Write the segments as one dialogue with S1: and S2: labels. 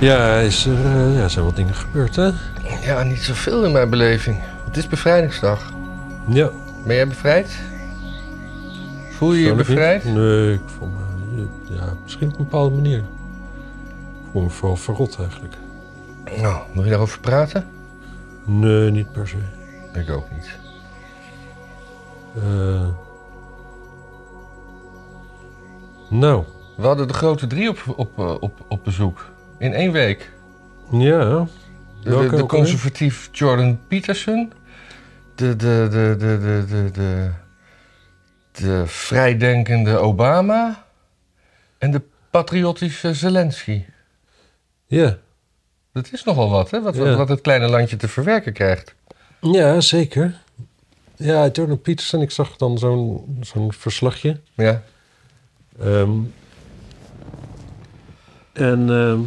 S1: Ja, is er, eh, ja, zijn wat dingen gebeurd, hè?
S2: Ja, niet zoveel in mijn beleving. Het is bevrijdingsdag.
S1: Ja.
S2: Ben jij bevrijd? Voel je je
S1: persoonlijk niet.
S2: bevrijd?
S1: Nee, ik voel me... eh, Ja, misschien op een bepaalde manier. Ik voel me vooral verrot, eigenlijk.
S2: Nou, wil je daarover praten?
S1: Nee, niet per se.
S2: Ik ook niet.
S1: Eh. Nou,
S2: We hadden de grote drie op, op, eh, op, op bezoek. In één week.
S1: ja.
S2: De,
S1: Welke
S2: de, de
S1: ook alweer?
S2: conservatief Jordan Peterson. De, de, de, de, de, de, de, de vrijdenkende Obama. En de patriotische Zelensky.
S1: Ja.
S2: Dat is nogal wat, hè? Wat, wat-
S1: Ja.
S2: wat het kleine landje te verwerken krijgt.
S1: Ja, zeker. Ja, Jordan Peterson, ik zag dan zo'n zo'n verslagje.
S2: Ja.
S1: Ehm, en ehm,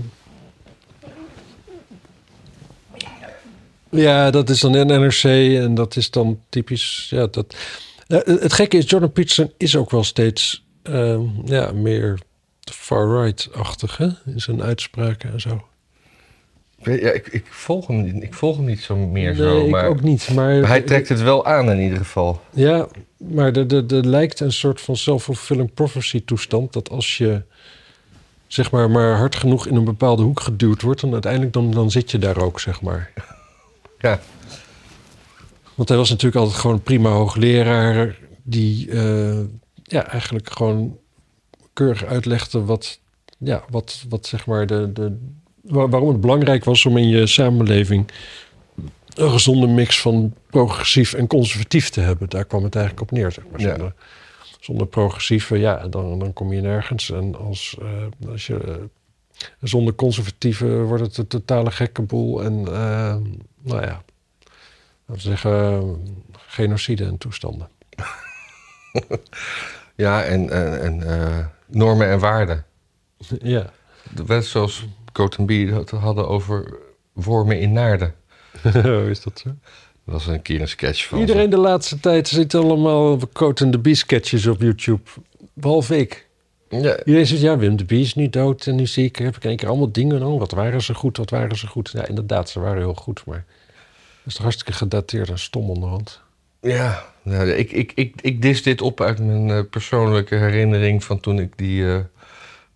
S1: ja, dat is dan in NRC en dat is dan typisch. Ja, dat, Nou, het gekke is, Jordan Peterson is ook wel steeds ehm, ja, meer far-right-achtige in zijn uitspraken en zo.
S2: Ik weet- Ja, ik, ik, volg hem, niet- ik volg hem niet zo meer
S1: nee,
S2: zo, maar,
S1: ik ook niet. Maar,
S2: maar hij trekt het wel aan in ieder geval.
S1: Ja, maar er, er, er lijkt een soort van self-fulfilling prophecy toestand. Dat als je zeg maar, maar hard genoeg in een bepaalde hoek geduwd wordt, dan uiteindelijk dan, dan zit je daar ook, zeg maar.
S2: Ja,
S1: Want hij was natuurlijk altijd gewoon een prima hoogleraar die eh, ja, eigenlijk gewoon keurig uitlegde wat, ja, wat, wat zeg maar de, de, wa- waarom het belangrijk was om in je samenleving een gezonde mix van progressief en conservatief te hebben. Daar kwam het eigenlijk op neer, zeg maar.
S2: Ja.
S1: Zonder, zonder progressieve, ja, dan, dan kom je nergens. En als, eh, als je eh, zonder conservatieve wordt het een totale gekke boel. En eh, nou ja, laten we zeggen, eh, genocide en toestanden.
S2: ja en, en, en eh, normen en waarden.
S1: ja.
S2: De wet zoals Cotonbee het hadden over wormen in naarden.
S1: is dat zo?
S2: Dat was een keer een sketch van.
S1: Iedereen de laatste tijd zit allemaal Coat en de Bee sketches op YouTube. Behalve ik.
S2: Ja,
S1: Iedereen zegt, ja, Wim de Bie is nu dood en nu zie ik, heb ik in één keer allemaal dingen. Oh, wat waren ze goed, wat waren ze goed. Ja, inderdaad, ze waren heel goed, maar dat is toch hartstikke gedateerd en stom onderhand.
S2: ja. Nou, ik, ik, ik, ik dis dit op uit mijn eh, persoonlijke herinnering van toen ik die eh,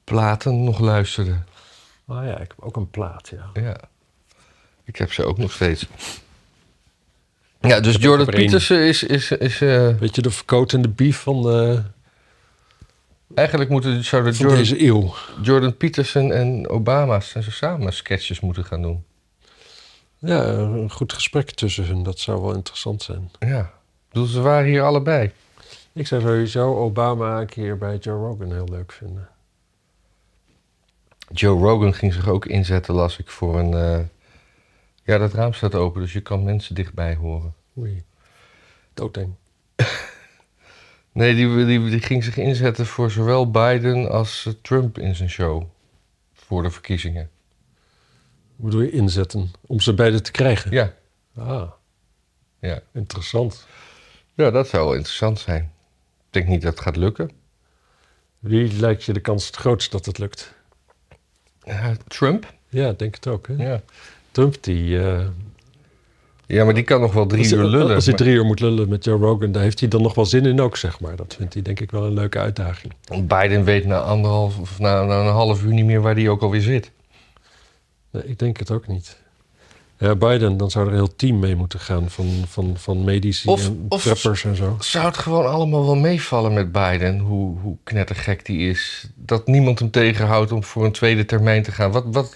S2: platen nog luisterde.
S1: Oh ja, ik heb ook een plaat, ja.
S2: Ja. Ik heb ze ook nog steeds. Ja, dus Jordan
S1: er één.
S2: Petersen is, is, is eh,
S1: Weet je, de Coat en de Bee van, de,
S2: Eigenlijk moeten, zouden
S1: van
S2: Jordan,
S1: deze eeuw.
S2: Jordan Peterson en Obama zijn ze samen sketches moeten gaan doen.
S1: Ja, een goed gesprek tussen hun, dat zou wel interessant zijn.
S2: Ja. Ik bedoel, ze waren hier allebei.
S1: Ik zou sowieso Obama een keer bij Joe Rogan heel leuk vinden.
S2: Joe Rogan ging zich ook inzetten, las ik, voor een... eh, Ja, dat raam staat open, dus je kan mensen dichtbij horen.
S1: Oei. Doodeng.
S2: Nee, die, die, die ging zich inzetten voor zowel Biden als eh, Trump in zijn show. Voor de verkiezingen.
S1: Hoe bedoel je inzetten? Om ze beide te krijgen?
S2: Ja,
S1: Ah,
S2: ja.
S1: interessant.
S2: ja dat zou wel interessant zijn. Ik denk niet dat het gaat lukken.
S1: Wie lijkt je de kans het grootst dat het lukt?
S2: Ja, Trump?
S1: Ja, ik denk het ook. Hè?
S2: Ja.
S1: Trump die... eh,
S2: ja, maar die kan nog wel drie
S1: als,
S2: uur lullen.
S1: Als hij
S2: maar-
S1: drie uur moet lullen met Joe Rogan, daar heeft hij dan nog wel zin in ook, zeg maar. Dat vindt hij denk ik wel een leuke uitdaging.
S2: Biden weet na anderhalf of na, na een half uur niet meer waar hij ook alweer zit.
S1: Nee, ik denk het ook niet. Ja, Biden, dan zou er een heel team mee moeten gaan van, van, van medici
S2: Of-
S1: en
S2: of-
S1: preppers en zo.
S2: Zou het gewoon allemaal wel meevallen met Biden, hoe, hoe knettergek die is? Dat niemand hem tegenhoudt om voor een tweede termijn te gaan. Wat, wat,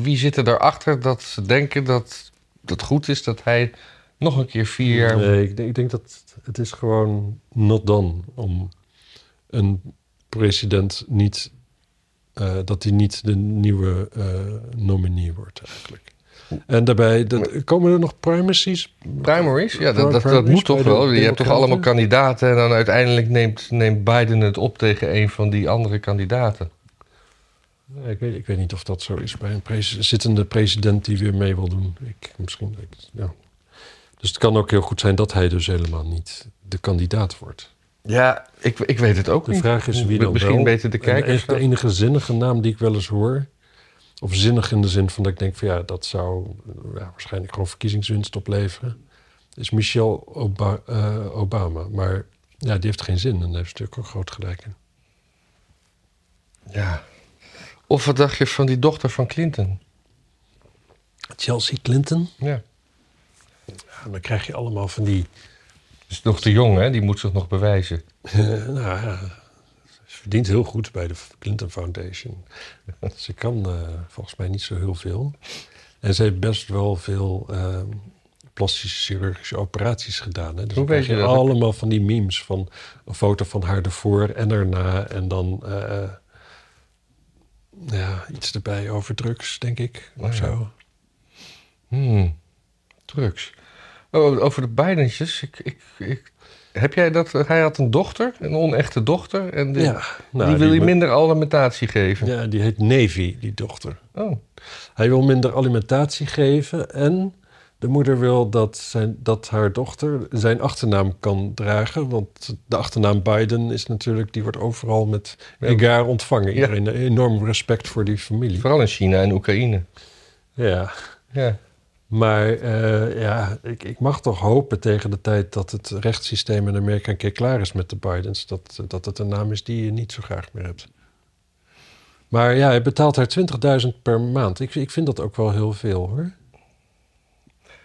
S2: wie zit er daarachter dat ze denken dat het goed is dat hij nog een keer vier jaar...
S1: Nee, ik denk, ik denk dat het is gewoon not done om een president niet... eh, dat hij niet de nieuwe eh, nominee wordt eigenlijk. En daarbij, dat, komen er nog primacies?
S2: Primaries? Ja, dat, dat, dat
S1: Primaries
S2: moet toch
S1: bij de
S2: wel? Je hebt toch
S1: Democraten?
S2: allemaal kandidaten en dan uiteindelijk neemt, neemt Biden het op tegen een van die andere kandidaten.
S1: Nee, Ik weet, ik weet niet of dat zo is bij een pres- zittende president die weer mee wil doen. Ik, misschien, ik- ja. Dus het kan ook heel goed zijn dat hij dus helemaal niet de kandidaat wordt.
S2: Ja, ik, ik weet het ook
S1: De
S2: niet.
S1: vraag is wie dan
S2: Misschien
S1: wel.
S2: weten de
S1: En
S2: kijkers
S1: echt de
S2: dat.
S1: enige zinnige naam die ik wel eens hoor... Of zinnig in de zin van dat ik denk van ja, dat zou ja, waarschijnlijk gewoon verkiezingswinst opleveren. Is Michelle Oba- eh, Obama. Maar ja, die heeft geen zin en daar heeft ze natuurlijk ook groot gelijk in.
S2: Ja. Of wat dacht je van die dochter van Clinton?
S1: Chelsea Clinton.
S2: Ja.
S1: Ja, dan krijg je allemaal van die.
S2: Is nog te jong, hè? Die moet zich nog bewijzen.
S1: eh, nou ja, ze verdient heel goed bij de Clinton Foundation. ze kan eh, volgens mij niet zo heel veel. En ze heeft best wel veel eh, plastische chirurgische operaties gedaan. Hè? Dus
S2: Hoe
S1: dan
S2: weet
S1: krijg
S2: je dat?
S1: Allemaal van die memes van een foto van haar ervoor en erna. En dan eh, ja, iets erbij over drugs, denk ik.
S2: Oh
S1: Of
S2: ja.
S1: zo.
S2: Hmm. Drugs. Oh, over de Bidentjes. Ik, ik, ik... Heb jij dat? Hij had een dochter, een onechte dochter. En die,
S1: Ja, nou,
S2: die wil hij
S1: me-
S2: minder alimentatie geven.
S1: Ja, die heet Navy, die dochter.
S2: Oh.
S1: Hij wil minder alimentatie geven en de moeder wil dat, zijn, dat haar dochter zijn achternaam kan dragen. Want de achternaam Biden is natuurlijk, die wordt overal met
S2: Ja.
S1: egaar ontvangen. Iedereen een enorm respect voor die familie.
S2: Vooral in China en Oekraïne.
S1: Ja.
S2: Ja.
S1: Maar eh, ja, ik, ik mag toch hopen tegen de tijd dat het rechtssysteem in Amerika een keer klaar is met de Bidens. Dat, dat het een naam is die je niet zo graag meer hebt. Maar ja, hij betaalt haar 20.000 per maand. Ik, ik vind dat ook wel heel veel hoor.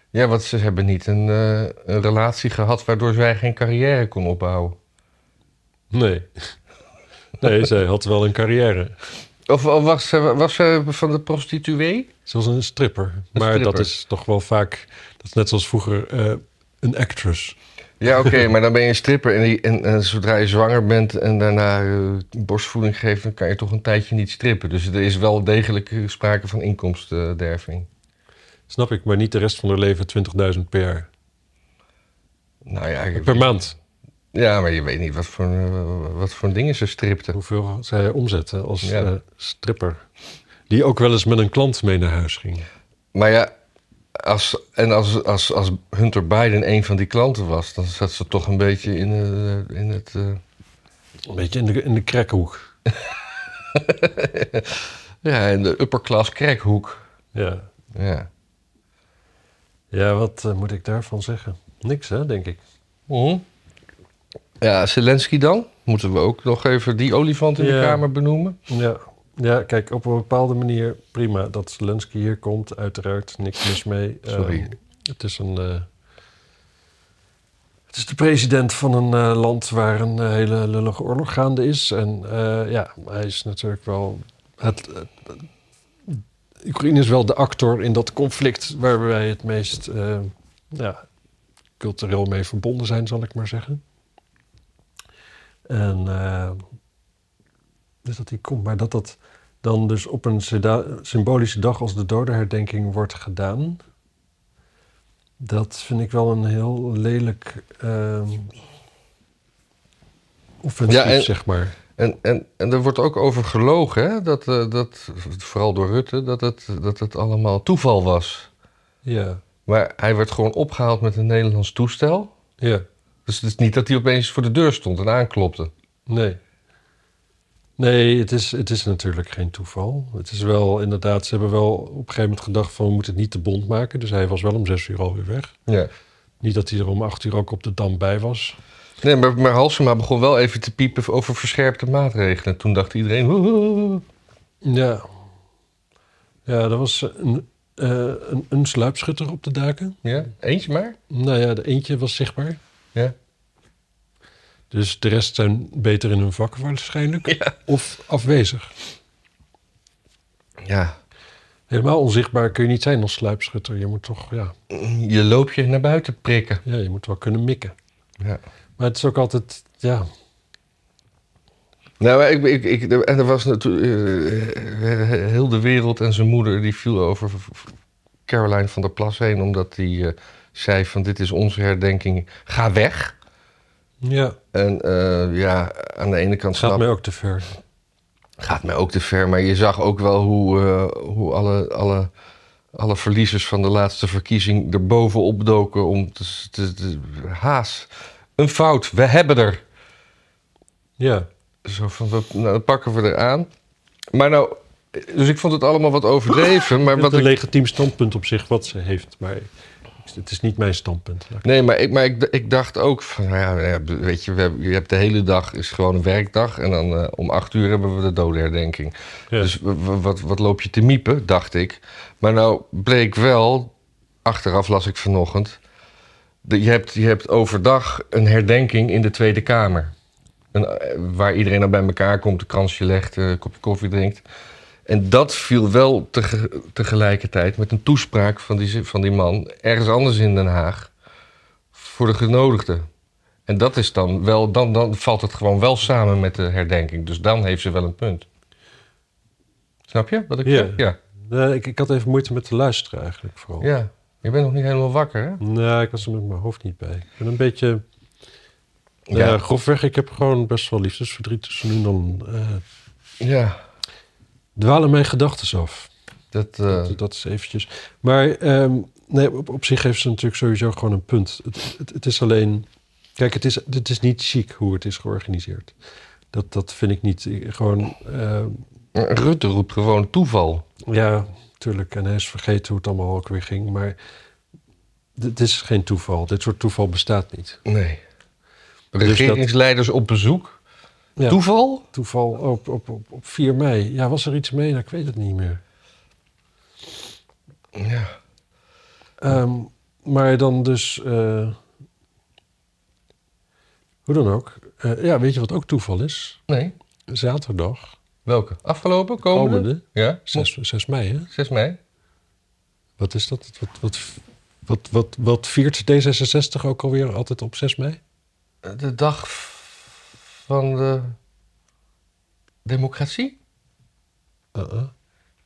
S2: ja, want ze hebben niet een, eh, een relatie gehad waardoor zij geen carrière kon opbouwen.
S1: Nee. Nee, zij had wel een carrière.
S2: Of, of was, ze, was ze van de prostituee?
S1: Ze was een stripper. maar
S2: stripper.
S1: dat is toch wel vaak... Dat is net zoals vroeger eh, een actress.
S2: Ja, oké, maar dan ben je een stripper en, die- en, en zodra je zwanger bent en daarna eh, borstvoeding geeft, dan kan je toch een tijdje niet strippen. Dus er is wel degelijk eh, sprake van inkomstenderving.
S1: Snap ik, maar niet de rest van haar leven 20.000 per jaar.
S2: Nou ja, je-
S1: Per maand.
S2: ja, maar je weet niet wat voor, eh, wat voor dingen ze stripte.
S1: Hoeveel zij omzette als
S2: Ja.
S1: eh, stripper. Die ook wel eens met een klant mee naar huis ging.
S2: Maar ja, als, en als, als, als Hunter Biden een van die klanten was, dan zat ze toch een beetje in, eh, in het... eh,
S1: Een beetje in de, in de krekhoek.
S2: ja, in de upperclass crackhoek.
S1: Ja.
S2: Ja.
S1: ja, wat eh, moet ik daarvan zeggen? Niks, hè, denk ik.
S2: Ja, Zelensky dan? Moeten we ook nog even die olifant in
S1: Ja.
S2: de kamer benoemen?
S1: Ja. ja, kijk, op een bepaalde manier prima dat Zelensky hier komt. Uiteraard, niks mis mee.
S2: Sorry.
S1: Ehm, het is een... eh, het is de president van een eh, land waar een eh, hele lullige oorlog gaande is. En eh, ja, hij is natuurlijk wel... Het, het- Oekraïne is wel de actor in dat conflict waar wij het meest eh, ja, cultureel mee verbonden zijn, zal ik maar zeggen. En eh, dus dat die komt, maar dat dat dan dus op een syda- symbolische dag als de dodenherdenking wordt gedaan, dat vind ik wel een heel lelijk ehm, offensief,
S2: Ja, en-
S1: zeg maar.
S2: En, en, en er wordt ook over gelogen, hè? Dat, eh, dat, vooral door Rutte, dat het, dat het allemaal toeval was.
S1: Ja,
S2: Maar hij werd gewoon opgehaald met een Nederlands toestel.
S1: ja.
S2: Dus het is niet dat hij opeens voor de deur stond en aanklopte.
S1: Nee. Nee, het is, het is natuurlijk geen toeval. Het is wel inderdaad, ze hebben wel op een gegeven moment gedacht van we moeten het niet te bond maken. Dus hij was wel om zes uur alweer weg.
S2: Ja.
S1: Niet dat hij er om acht uur ook op de dam bij was.
S2: Nee, maar, maar Halsema begon wel even te piepen over verscherpte maatregelen. Toen dacht iedereen... "Woehoe."
S1: Ja. Ja, er was een, eh, een, een sluipschutter op de daken.
S2: Ja, eentje maar.
S1: Nou ja, de eentje was zichtbaar.
S2: Ja.
S1: Dus de rest zijn beter in hun vak waarschijnlijk. Of afwezig.
S2: Ja,
S1: Helemaal onzichtbaar kun je niet zijn als sluipschutter. Je moet toch, ja,
S2: je loopje naar buiten prikken.
S1: ja je moet wel kunnen mikken.
S2: Ja.
S1: Maar het is ook altijd, ja,
S2: Nou, maar ik, ik, ik, en er was natuurlijk eh, heel de wereld en zijn moeder die viel over Caroline van der Plas heen, omdat die eh, zei van dit is onze herdenking, ga weg.
S1: ja
S2: En eh, ja, aan de ene kant
S1: het gaat
S2: snap
S1: mij ook te ver.
S2: gaat mij ook te ver, maar je zag ook wel hoe, eh, hoe alle, alle, alle verliezers van de laatste verkiezing er bovenop doken om te, s- te, te- haas. Een fout, we hebben er.
S1: Ja,
S2: Zo van, we, nou, dat pakken we eraan. Maar nou, Dus ik vond het allemaal wat overdreven. Maar
S1: Het
S2: wat
S1: is een
S2: ik,
S1: legitiem standpunt op zich wat ze heeft. Maar het is niet mijn standpunt.
S2: nee, maar, ik, maar ik, ik dacht ook van, nou ja, nou ja, weet je, we hebben, je hebt de hele dag is gewoon een werkdag. En dan eh, om acht uur hebben we de dodenherdenking.
S1: Ja.
S2: Dus w- w- wat, wat loop je te miepen, dacht ik. Maar nou bleek wel, achteraf las ik vanochtend... dat Je hebt, je hebt overdag een herdenking in de Tweede Kamer. Een, eh, waar iedereen dan bij elkaar komt, een kansje legt, eh, een kopje koffie drinkt. En dat viel wel tege- tegelijkertijd met een toespraak van die, van die man... ergens anders in Den Haag, voor de genodigden. En dat is dan wel, dan, dan valt het gewoon wel samen met de herdenking. Dus dan heeft ze wel een punt. Snap je wat ik
S1: Ja.
S2: zeg? Ja.
S1: Nee, ik, ik had even moeite met te luisteren eigenlijk vooral.
S2: ja. Je bent nog niet helemaal wakker, hè?
S1: Nee, ik was er met mijn hoofd niet bij. Ik ben een beetje...
S2: Ja.
S1: Ja. grofweg, ik heb gewoon best wel liefdesverdriet. Dus nu en dan eh,
S2: Ja,
S1: dwalen mijn gedachten af.
S2: dat... eh,
S1: Dat, dat is eventjes. Maar ehm, nee, op, op zich heeft ze natuurlijk sowieso gewoon een punt. Het, het, het is alleen. Kijk, het is, het is niet chic hoe het is georganiseerd. Dat, dat vind ik niet. Ik- Gewoon, ehm,
S2: Rutte roept gewoon toeval.
S1: ja, tuurlijk. En hij is vergeten hoe het allemaal ook weer ging. Maar dit is geen toeval. Dit soort toeval bestaat niet.
S2: Nee.
S1: Dus dat-
S2: Regeringsleiders op bezoek.
S1: Ja.
S2: Toeval?
S1: Toeval op, op, op, op 4 mei. Ja, was er iets mee? Nou, ik weet het niet meer.
S2: Ja.
S1: Ehm, maar dan dus. eh, hoe dan ook. Eh, ja, weet je wat ook toeval is?
S2: Nee.
S1: Zaterdag,
S2: Welke? Afgelopen? Komende?
S1: komende,
S2: Ja.
S1: 6, 6 mei, hè?
S2: 6 mei.
S1: Wat is dat? Wat, wat, wat, wat, wat viert D66 ook alweer altijd op 6 mei?
S2: De dag v- van de democratie?
S1: Uh-uh.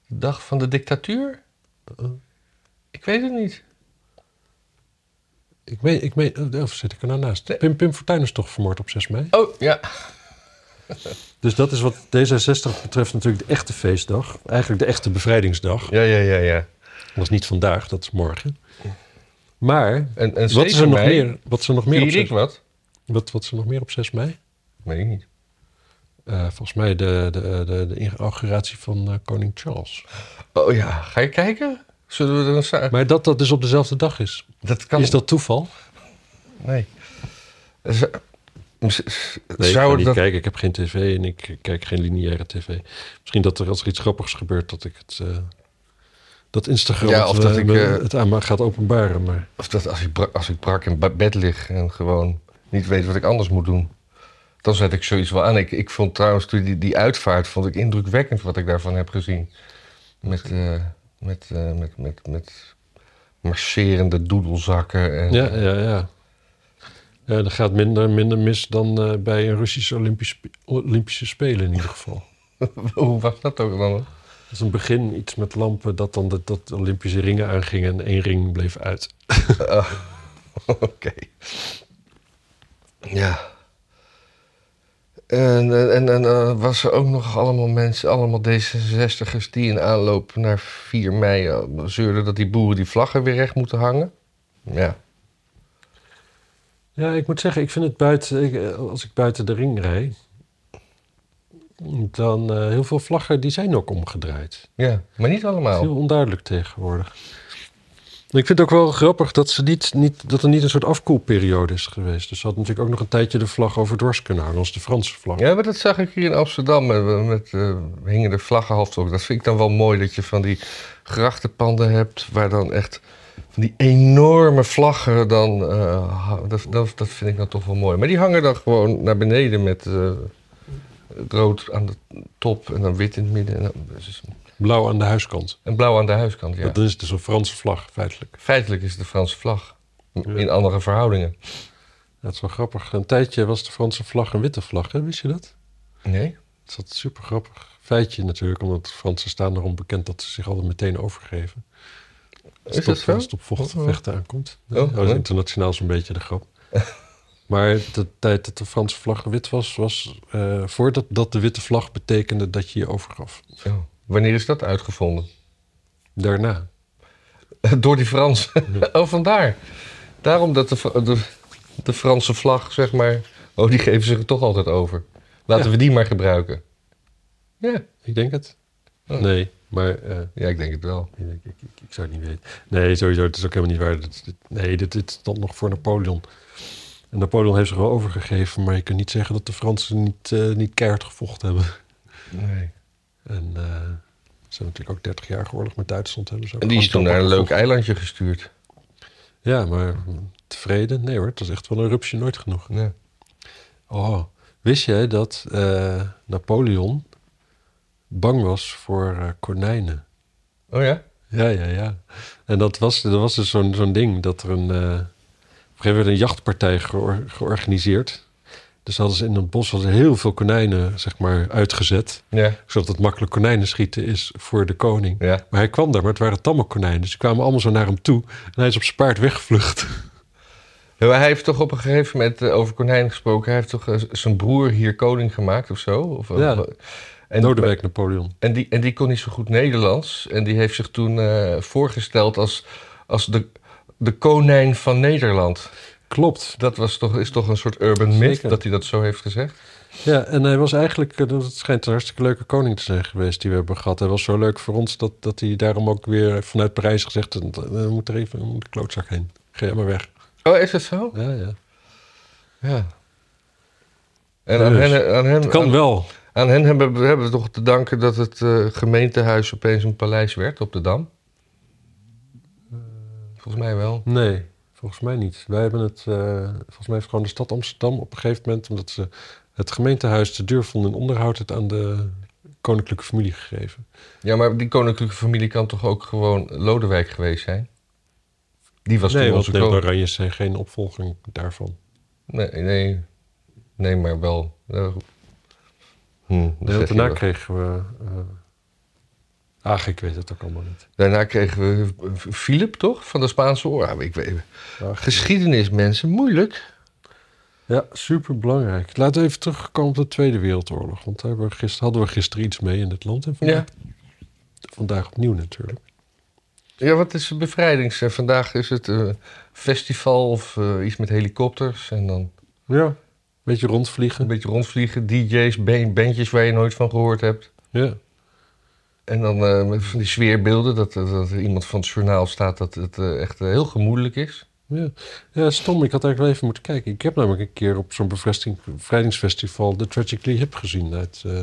S2: De dag van de dictatuur?
S1: Uh-uh.
S2: Ik weet het niet.
S1: Ik meen, ik meen, eh, of zit ik er nou naast? Pim, Pim Fortuyn is toch vermoord op 6 mei?
S2: Oh, ja.
S1: Dus dat is wat D66 betreft natuurlijk de echte feestdag. Eigenlijk de echte bevrijdingsdag.
S2: Ja, ja, ja, ja.
S1: Dat is niet vandaag, dat is morgen. Maar
S2: En, en
S1: wat is, er
S2: 7
S1: nog
S2: mei
S1: meer, wat is er nog meer op
S2: vier ik
S1: 6
S2: wat?
S1: Wat, wat is er nog meer op 6 mei?
S2: Weet ik niet.
S1: Eh, volgens mij de, de, de, de inauguratie van eh, koning Charles.
S2: Oh ja, ga je kijken? Zullen we er een... sa-
S1: Maar dat dat dus op dezelfde dag is.
S2: Dat kan
S1: Is dat toeval?
S2: Nee. Z- z- z-
S1: Nee, ik ga
S2: zou
S1: niet
S2: dat...
S1: kijken. Ik heb geen tv en ik kijk geen lineaire tv. Misschien dat er als er iets grappigs gebeurt dat ik het... eh, dat Instagram
S2: Ja, of
S1: het,
S2: dat
S1: eh,
S2: ik,
S1: me-
S2: eh,
S1: het aan me gaat openbaren. Maar
S2: Of dat als ik, brak, als ik brak in ba- bed lig en gewoon niet weet wat ik anders moet doen. Dan zet ik zoiets wel aan. Ik, ik vond trouwens toen die, die uitvaart vond ik indrukwekkend wat ik daarvan heb gezien. Met, eh, met, eh, met, met, met marcherende doedelzakken. En,
S1: ja, ja, ja. Ja, er gaat minder, minder mis dan eh, bij een Russische Olympische, Spe- Olympische Spelen in ieder geval.
S2: Hoe was dat ook dan?
S1: Dat is een begin iets met lampen dat dan de, dat de Olympische ringen aangingen en één ring bleef uit.
S2: Oké. Ja. En, en, en, en eh, was er ook nog allemaal mensen, allemaal D66'ers... die in aanloop naar 4 mei eh, zeurden dat die boeren die vlaggen weer recht moeten hangen? Ja.
S1: Ja, ik moet zeggen, ik vind het buiten, ik, eh, als ik buiten de ring rijd, dan eh, heel veel vlaggen die zijn ook omgedraaid.
S2: ja. Maar niet
S1: Het is
S2: allemaal.
S1: heel onduidelijk tegenwoordig. Ik vind het ook wel grappig dat, ze niet, niet, dat er niet een soort afkoelperiode is geweest. Dus ze hadden natuurlijk ook nog een tijdje de vlag overdwars kunnen hangen, als de Franse vlag.
S2: Ja, maar dat zag ik hier in Amsterdam. Met, met, eh, hingen er vlaggen half ook. Dat vind ik dan wel mooi dat je van die grachtenpanden hebt... waar dan echt van die enorme vlaggen dan... eh, ha- dat, dat, dat vind ik dan toch wel mooi. Maar die hangen dan gewoon naar beneden met eh, het rood aan de top... en dan wit in het midden en, dan- dus-
S1: Blauw aan de huiskant.
S2: en blauw aan de huiskant. Ja.
S1: Dat is dus een Franse vlag, feitelijk.
S2: Feitelijk is het de Franse vlag.
S1: Ja.
S2: In andere verhoudingen.
S1: Dat is wel grappig. Een tijdje was de Franse vlag een witte vlag, hè? wist je dat?
S2: Nee?
S1: Dat is altijd super grappig. Feitje natuurlijk, omdat de Fransen staan erom bekend dat ze zich altijd meteen overgeven. Als
S2: Is
S1: het
S2: dat
S1: op-
S2: zo?
S1: Als het op vocht
S2: Oh.
S1: vechten aankomt.
S2: Oh,
S1: Ja, dat is
S2: leuk.
S1: internationaal zo'n beetje de grap. maar de tijd dat de Franse vlag wit was, was eh, voordat dat de witte vlag betekende dat je je overgaf.
S2: Oh. Wanneer is dat uitgevonden?
S1: Daarna.
S2: Door die Fransen. Oh, vandaar. Daarom dat de, Fra- de, de Franse vlag, zeg maar... Oh, die geven zich er toch altijd over. Laten
S1: Ja.
S2: we die maar gebruiken. Ja,
S1: Ik denk het.
S2: Oh.
S1: Nee, maar eh,
S2: Ja, ik denk het wel.
S1: ik, ik, ik, ik zou het niet weten. Nee, sowieso, het is ook helemaal niet waar. Dat- dit- nee, dit, dit stond nog voor Napoleon. En Napoleon heeft zich wel overgegeven, maar je kunt niet zeggen dat de Fransen niet, eh, niet keihard gevochten hebben.
S2: Nee.
S1: En eh, ze hebben natuurlijk ook 30 jaar oorlog met Duitsland. Hebben ze ook
S2: En die is toen
S1: gewoon
S2: naar een leuk
S1: gevochten.
S2: eilandje gestuurd.
S1: Ja, maar tevreden? Nee hoor, het was echt wel een rupsje nooit genoeg.
S2: Ja.
S1: Oh, wist jij dat eh, Napoleon bang was voor eh, konijnen?
S2: Oh ja?
S1: Ja, ja, ja. En dat was, dat was dus zo'n zo'n ding dat er een, eh, op een gegeven moment een jachtpartij geor- georganiseerd. Dus hadden ze in een bos hadden ze heel veel konijnen zeg maar, uitgezet.
S2: Ja.
S1: Zodat het makkelijk konijnen schieten is voor de koning.
S2: Ja.
S1: Maar hij kwam daar, maar het waren tamme konijnen. Dus die kwamen allemaal zo naar hem toe. En hij is op zijn paard weggevlucht.
S2: Ja, maar Hij heeft toch op een gegeven moment eh, over konijnen gesproken. Hij heeft toch eh, z- zijn broer hier koning gemaakt of zo? Of,
S1: Ja.
S2: of- en,
S1: Nodewijk Napoleon.
S2: en, die, en die kon niet zo goed Nederlands. En die heeft zich toen eh, voorgesteld als, als de, de konijn van Nederland.
S1: Klopt.
S2: Dat was toch, is toch een soort urban myth
S1: Zeker.
S2: dat hij dat zo heeft gezegd?
S1: Ja, en hij was eigenlijk, eh, dat schijnt een hartstikke leuke koning te zijn geweest die we hebben gehad. Hij was zo leuk voor ons dat, dat hij daarom ook weer vanuit Parijs gezegd heeft, "Eh, moet er even moet de klootzak heen. Ga jij maar weg.
S2: Oh, is dat zo?
S1: Ja, ja.
S2: Ja. En aan
S1: Dus,
S2: hen, aan hen,
S1: Het kan
S2: aan,
S1: wel.
S2: aan hen hebben, we- hebben we toch te danken dat het eh, gemeentehuis opeens een paleis werd op de Dam? Volgens mij wel.
S1: Nee, volgens mij niet. Wij hebben het, eh, volgens mij heeft gewoon de stad Amsterdam op een gegeven moment, omdat ze het gemeentehuis te duur vonden in onderhoud, het aan de koninklijke familie gegeven.
S2: Ja, maar die koninklijke familie kan toch ook gewoon Lodewijk geweest zijn? Die was
S1: nee,
S2: toen
S1: want
S2: onze
S1: de
S2: koning.
S1: Oranjes zijn geen opvolging daarvan.
S2: Nee, nee, nee, maar wel. Eh, Hm, dat
S1: Nee, want
S2: zeg je wel.
S1: daarna kregen we... eh ach, ik weet het ook allemaal niet.
S2: Daarna kregen we eh, Philip, toch? Van de Spaanse oorlog. Ah, ik weet,
S1: Ach,
S2: geschiedenis, mensen, moeilijk.
S1: Ja, superbelangrijk. Laten we even terugkomen op de Tweede Wereldoorlog. Want daar hebben we gister, hadden we gisteren iets mee in dit land. En vandaag,
S2: Ja.
S1: vandaag opnieuw natuurlijk.
S2: Ja, wat is de bevrijdings? eh, Vandaag is het eh, festival of eh, iets met helikopters. En dan
S1: Ja. Beetje
S2: een
S1: rondvliegen.
S2: beetje rondvliegen. DJ's, ba- bandjes waar je nooit van gehoord hebt.
S1: Ja.
S2: En dan eh, met van die sfeerbeelden dat, dat, dat er iemand van het journaal staat dat het eh, echt eh, heel gemoedelijk is.
S1: Ja. ja, stom. Ik had eigenlijk wel even moeten kijken. Ik heb namelijk een keer op zo'n bevrijding- bevrijdingsfestival de Tragically Hip gezien uit, eh,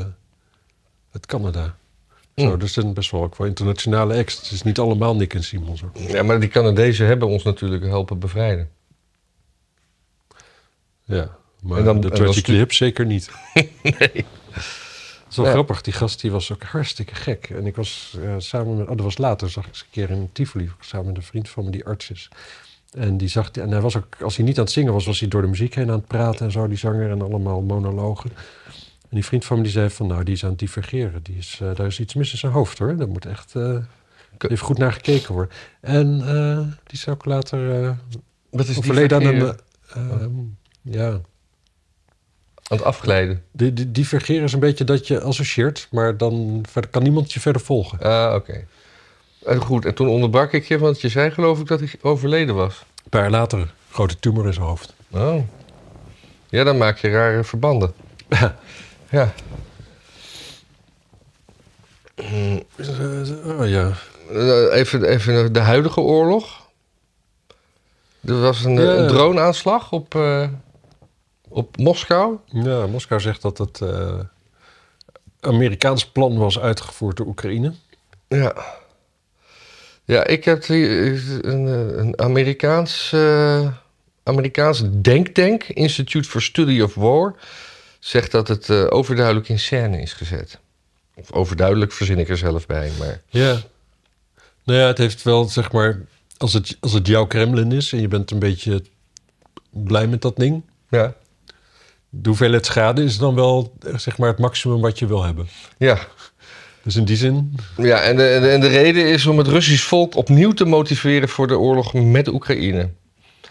S1: uit Canada. Zo,
S2: Mm.
S1: dus er zijn best wel ook wel internationale acts. Het is niet allemaal Nick en Simon zo.
S2: Ja, maar die Canadezen hebben ons natuurlijk helpen bevrijden.
S1: Ja, maar
S2: En dan-
S1: de
S2: en dan
S1: Tragic
S2: stu-
S1: Lip zeker niet. Dat is wel
S2: Ja.
S1: grappig. Die gast die was ook hartstikke gek. En ik was eh, samen met... Oh, dat was later. Zag ik eens een keer in Tivoli. Samen met een vriend van me die arts is. En, die zag, die- en hij was ook, als hij niet aan het zingen was, was hij door de muziek heen aan het praten en zo, die zanger en allemaal monologen. En die vriend van me die zei van, nou, die is aan het divergeren. Die is, eh, daar is iets mis in zijn hoofd hoor. Daar moet echt eh
S2: Ke-
S1: even goed naar gekeken worden. En eh, die zou ook later
S2: Dus
S1: eh
S2: Dat is
S1: overleden aan een...
S2: divergeren,
S1: eh, ehm, ja,
S2: aan het afglijden.
S1: die, die, divergeren is een beetje dat je associeert, maar dan verder, kan niemand je verder volgen.
S2: Ah, oké. Eh, Goed, en toen onderbrak ik je, want je zei geloof ik dat hij overleden was.
S1: Een paar jaar later, grote tumor in zijn hoofd.
S2: Oh. Ja, dan maak je rare verbanden. ja.
S1: oh ja.
S2: Eh, Even, even de huidige oorlog. Er was een, eh,
S1: Ja.
S2: een droneaanslag op, eh, op Moskou.
S1: ja, Moskou zegt dat het eh, Amerikaans plan was uitgevoerd door Oekraïne.
S2: Ja. Ja, ik heb hier een, eh, een Amerikaans, eh, Amerikaans denktank, Institute for Study of War, zegt dat het eh, overduidelijk in scène is gezet. Of overduidelijk verzin ik er zelf bij, maar...
S1: Ja. Nou ja, het heeft wel, zeg maar, als het, als het jouw Kremlin is en je bent een beetje blij met dat ding.
S2: Ja.
S1: De hoeveelheid schade is dan wel, eh, zeg maar, het maximum wat je wil hebben.
S2: Ja,
S1: Dus in die zin,
S2: ja en, de, en de- en de reden is om het Russisch volk opnieuw te motiveren voor de oorlog met Oekraïne.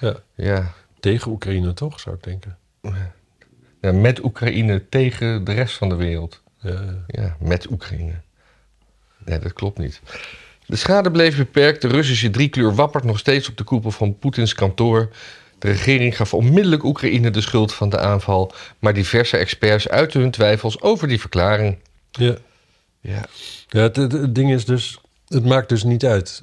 S1: ja,
S2: Ja,
S1: tegen Oekraïne toch, zou ik denken.
S2: ja met Oekraïne tegen de rest van de wereld.
S1: Ja.
S2: Ja, met Oekraïne. Nee, dat klopt niet. De schade bleef beperkt. De Russische driekleur wappert nog steeds op de koepel van Poetins kantoor. De regering gaf onmiddellijk Oekraïne de schuld van de aanval. Maar diverse experts uiten hun twijfels over die verklaring.
S1: ja.
S2: Ja.
S1: Ja, het, het- het ding is dus, het maakt dus niet uit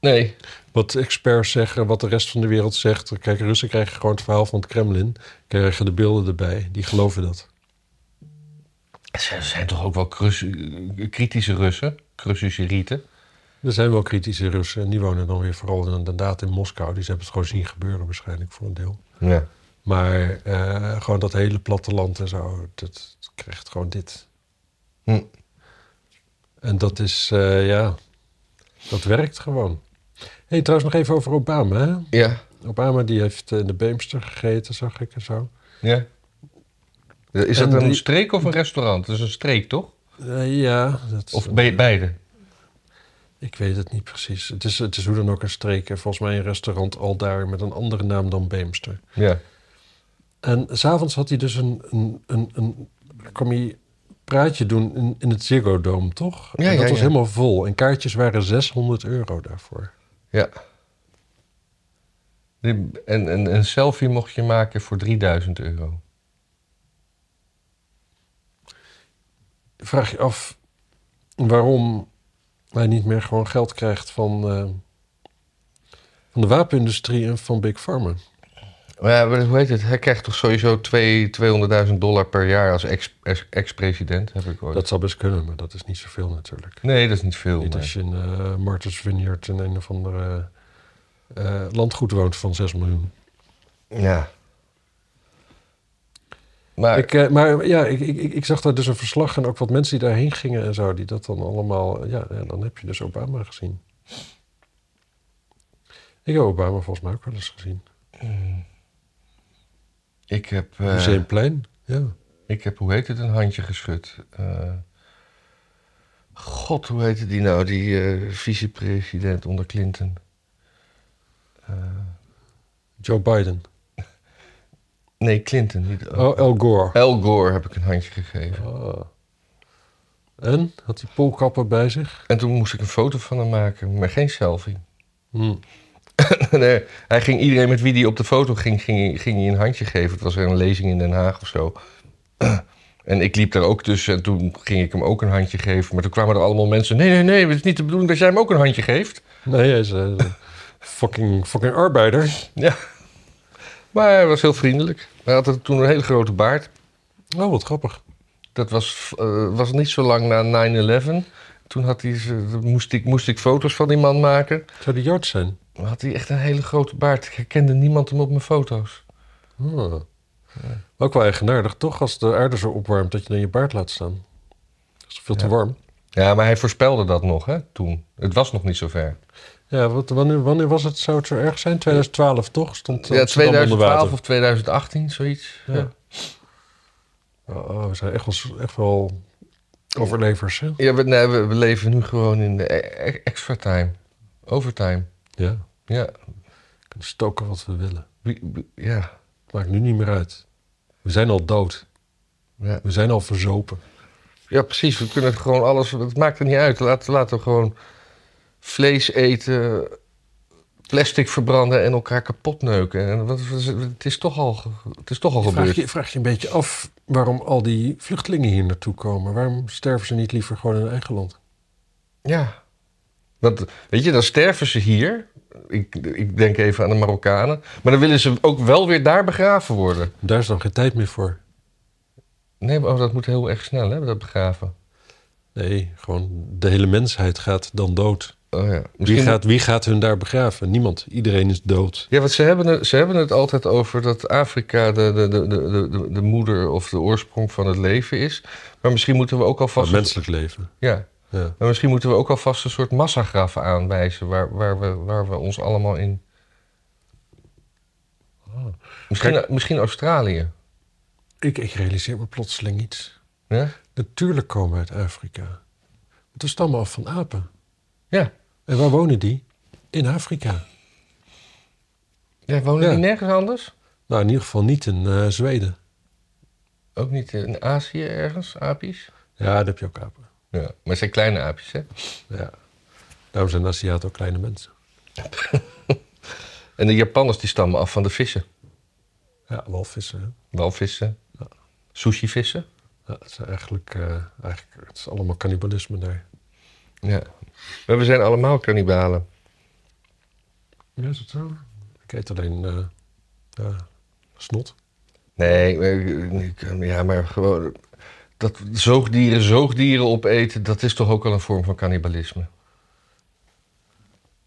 S2: Nee.
S1: wat experts zeggen, wat de rest van de wereld zegt. Kijk, Russen krijgen gewoon het verhaal van het Kremlin, krijgen de beelden erbij, die geloven dat.
S2: Er zijn, er zijn toch ook wel Krus- kritische Russen? Russische rieten?
S1: Er zijn wel kritische Russen en die wonen dan weer vooral inderdaad in Moskou. Die hebben het gewoon zien gebeuren waarschijnlijk voor een deel.
S2: Ja.
S1: Maar eh, gewoon dat hele platteland en zo, dat, dat krijgt gewoon dit.
S2: Hm.
S1: En dat is, eh, ja, dat werkt gewoon. Hé, hey, trouwens nog even over Obama. Hè?
S2: Ja.
S1: Obama die heeft eh, in de Beemster gegeten, zag ik en zo.
S2: ja. Is
S1: En
S2: dat een
S1: die-
S2: streek of een restaurant? Dat is een streek, toch?
S1: Eh, ja, dat,
S2: Of be- beide?
S1: ik weet het niet precies. Het is, het is hoe dan ook een streek. En volgens mij een restaurant al daar met een andere naam dan Beemster.
S2: Ja.
S1: En s'avonds had hij dus een, een, een, een kwam hij praatje doen in, in het Ziggo Dome, toch?
S2: Ja,
S1: en dat
S2: ja,
S1: was
S2: ja.
S1: helemaal vol. En kaartjes waren 600 euro daarvoor.
S2: Ja. Die- En, en een selfie mocht je maken voor 3000 euro.
S1: Vraag je af waarom hij niet meer gewoon geld krijgt van, eh, van de wapenindustrie en van Big Pharma.
S2: Maar ja, maar hoe heet het? Hij krijgt toch sowieso twee- 200.000 dollar per jaar als ex- ex- ex-president, heb ik ooit.
S1: Dat zou best kunnen, maar dat is niet zoveel natuurlijk.
S2: Nee, dat is niet veel.
S1: Niet
S2: nee.
S1: als je in eh Martha's Vineyard in een of andere eh, landgoed woont van 6 miljoen.
S2: Ja. Maar
S1: Ik, eh, maar ja, ik, ik, ik- ik zag daar dus een verslag en ook wat mensen die daarheen gingen en zo, die dat dan allemaal. Ja, en dan heb je dus Obama gezien. Ik heb Obama volgens mij ook wel eens gezien.
S2: ik heb... eh,
S1: Museumplein. Ja.
S2: Ik heb, hoe heet het, een handje geschud. Eh, God, hoe heette die nou, die eh, vicepresident onder Clinton?
S1: Joe Biden.
S2: Nee, Clinton. Niet,
S1: Oh, Al Gore.
S2: Al Gore heb ik een handje gegeven.
S1: Ah. En had hij polkappen bij zich?
S2: En toen moest ik een foto van hem maken, maar geen selfie.
S1: Hm.
S2: nee, hij ging, iedereen met wie hij op de foto ging, ging, ging hij een handje geven. Het was er een lezing in Den Haag of zo. en ik liep daar ook tussen en toen ging ik hem ook een handje geven. Maar toen kwamen er allemaal mensen. Nee, nee, nee, het is niet de bedoeling dat jij hem ook een handje geeft.
S1: Nee, hij is eh, fucking, fucking arbeider.
S2: Ja. Maar hij was heel vriendelijk. Hij had er toen een hele grote baard.
S1: Oh, wat grappig.
S2: Dat was, eh, was niet zo lang na 9-11. Toen had hij, ze- moest, ik, moest ik foto's van die man maken.
S1: Zou die Joods zijn?
S2: Maar had hij echt een hele grote baard. Ik herkende niemand hem op mijn foto's.
S1: Ah. Ook wel eigenaardig, toch? Als de aarde zo opwarmt, dat je dan je baard laat staan. Dat is veel te
S2: Ja.
S1: warm.
S2: Ja, maar hij voorspelde dat nog, hè, toen. Het was nog niet zo ver.
S1: Ja, wat, wanneer, wanneer was het? Zou het zo erg zijn? 2012, toch? Stond
S2: Ja,
S1: Amsterdam onder
S2: 2012
S1: water.
S2: of 2018, zoiets. Ja,
S1: Ja. Oh, oh, we zijn echt wel, echt wel overlevers, hè?
S2: Ja, we, nee, we, we leven nu gewoon in de e- e- extra time. Overtime.
S1: Ja.
S2: Ja.
S1: We kunnen stoken wat we willen.
S2: Wie- wie- ja.
S1: Het maakt nu niet meer uit. We zijn al dood.
S2: ja.
S1: We zijn al verzopen.
S2: Ja, precies. We kunnen gewoon alles... Het maakt er niet uit. Laten, laten we gewoon vlees eten, plastic verbranden en elkaar kapot neuken. En wat, het is toch al, ge- het is toch al
S1: Vraag
S2: gebeurd.
S1: je, vraag je een beetje af waarom al die vluchtelingen hier naartoe komen. Waarom sterven ze niet liever gewoon in hun eigen land?
S2: Ja. Want, weet je, dan sterven ze hier. Ik, ik denk even aan de Marokkanen. Maar dan willen ze ook wel weer daar begraven worden.
S1: Daar is dan geen tijd meer voor.
S2: Nee, maar oh, dat moet heel erg snel, hè, dat begraven.
S1: Nee, gewoon de hele mensheid gaat dan dood.
S2: Oh ja.
S1: Wie
S2: Misschien
S1: gaat, wie gaat hun daar begraven? Niemand. Iedereen is dood.
S2: Ja, want ze hebben, het- ze hebben het altijd over dat Afrika de, de, de, de, de, de moeder of de oorsprong van het leven is. Maar misschien moeten we ook alvast.
S1: Van menselijk leven.
S2: Ja,
S1: Ja.
S2: maar misschien moeten we ook alvast een soort massagraf aanwijzen waar, waar, we, waar we ons allemaal in.
S1: Oh.
S2: Misschien, misschien Australië.
S1: Ik, ik realiseer me plotseling iets.
S2: Ja?
S1: Natuurlijk komen we uit Afrika. Want we stammen af van apen.
S2: Ja.
S1: En waar wonen die? In Afrika.
S2: ja wonen
S1: Ja.
S2: die nergens anders?
S1: Nou, in ieder geval niet in eh, Zweden.
S2: Ook niet in Azië ergens, aapjes?
S1: Ja, daar heb je ook apen.
S2: Ja, maar het zijn kleine aapjes, hè?
S1: Ja. Daarom zijn Aziaten ook kleine mensen.
S2: En de Japanners die stammen af van de vissen.
S1: Ja, walvissen.
S2: Walvissen, sushivissen.
S1: hè. Ja, het, is eigenlijk, eh, eigenlijk, het is allemaal cannibalisme daar.
S2: Ja. Maar we zijn allemaal kannibalen.
S1: Ja, is het zo? Ik eet alleen eh, ja, snot.
S2: Nee, maar, ik- ja, maar gewoon... Dat zoogdieren zoogdieren opeten, dat is toch ook al een vorm van kannibalisme?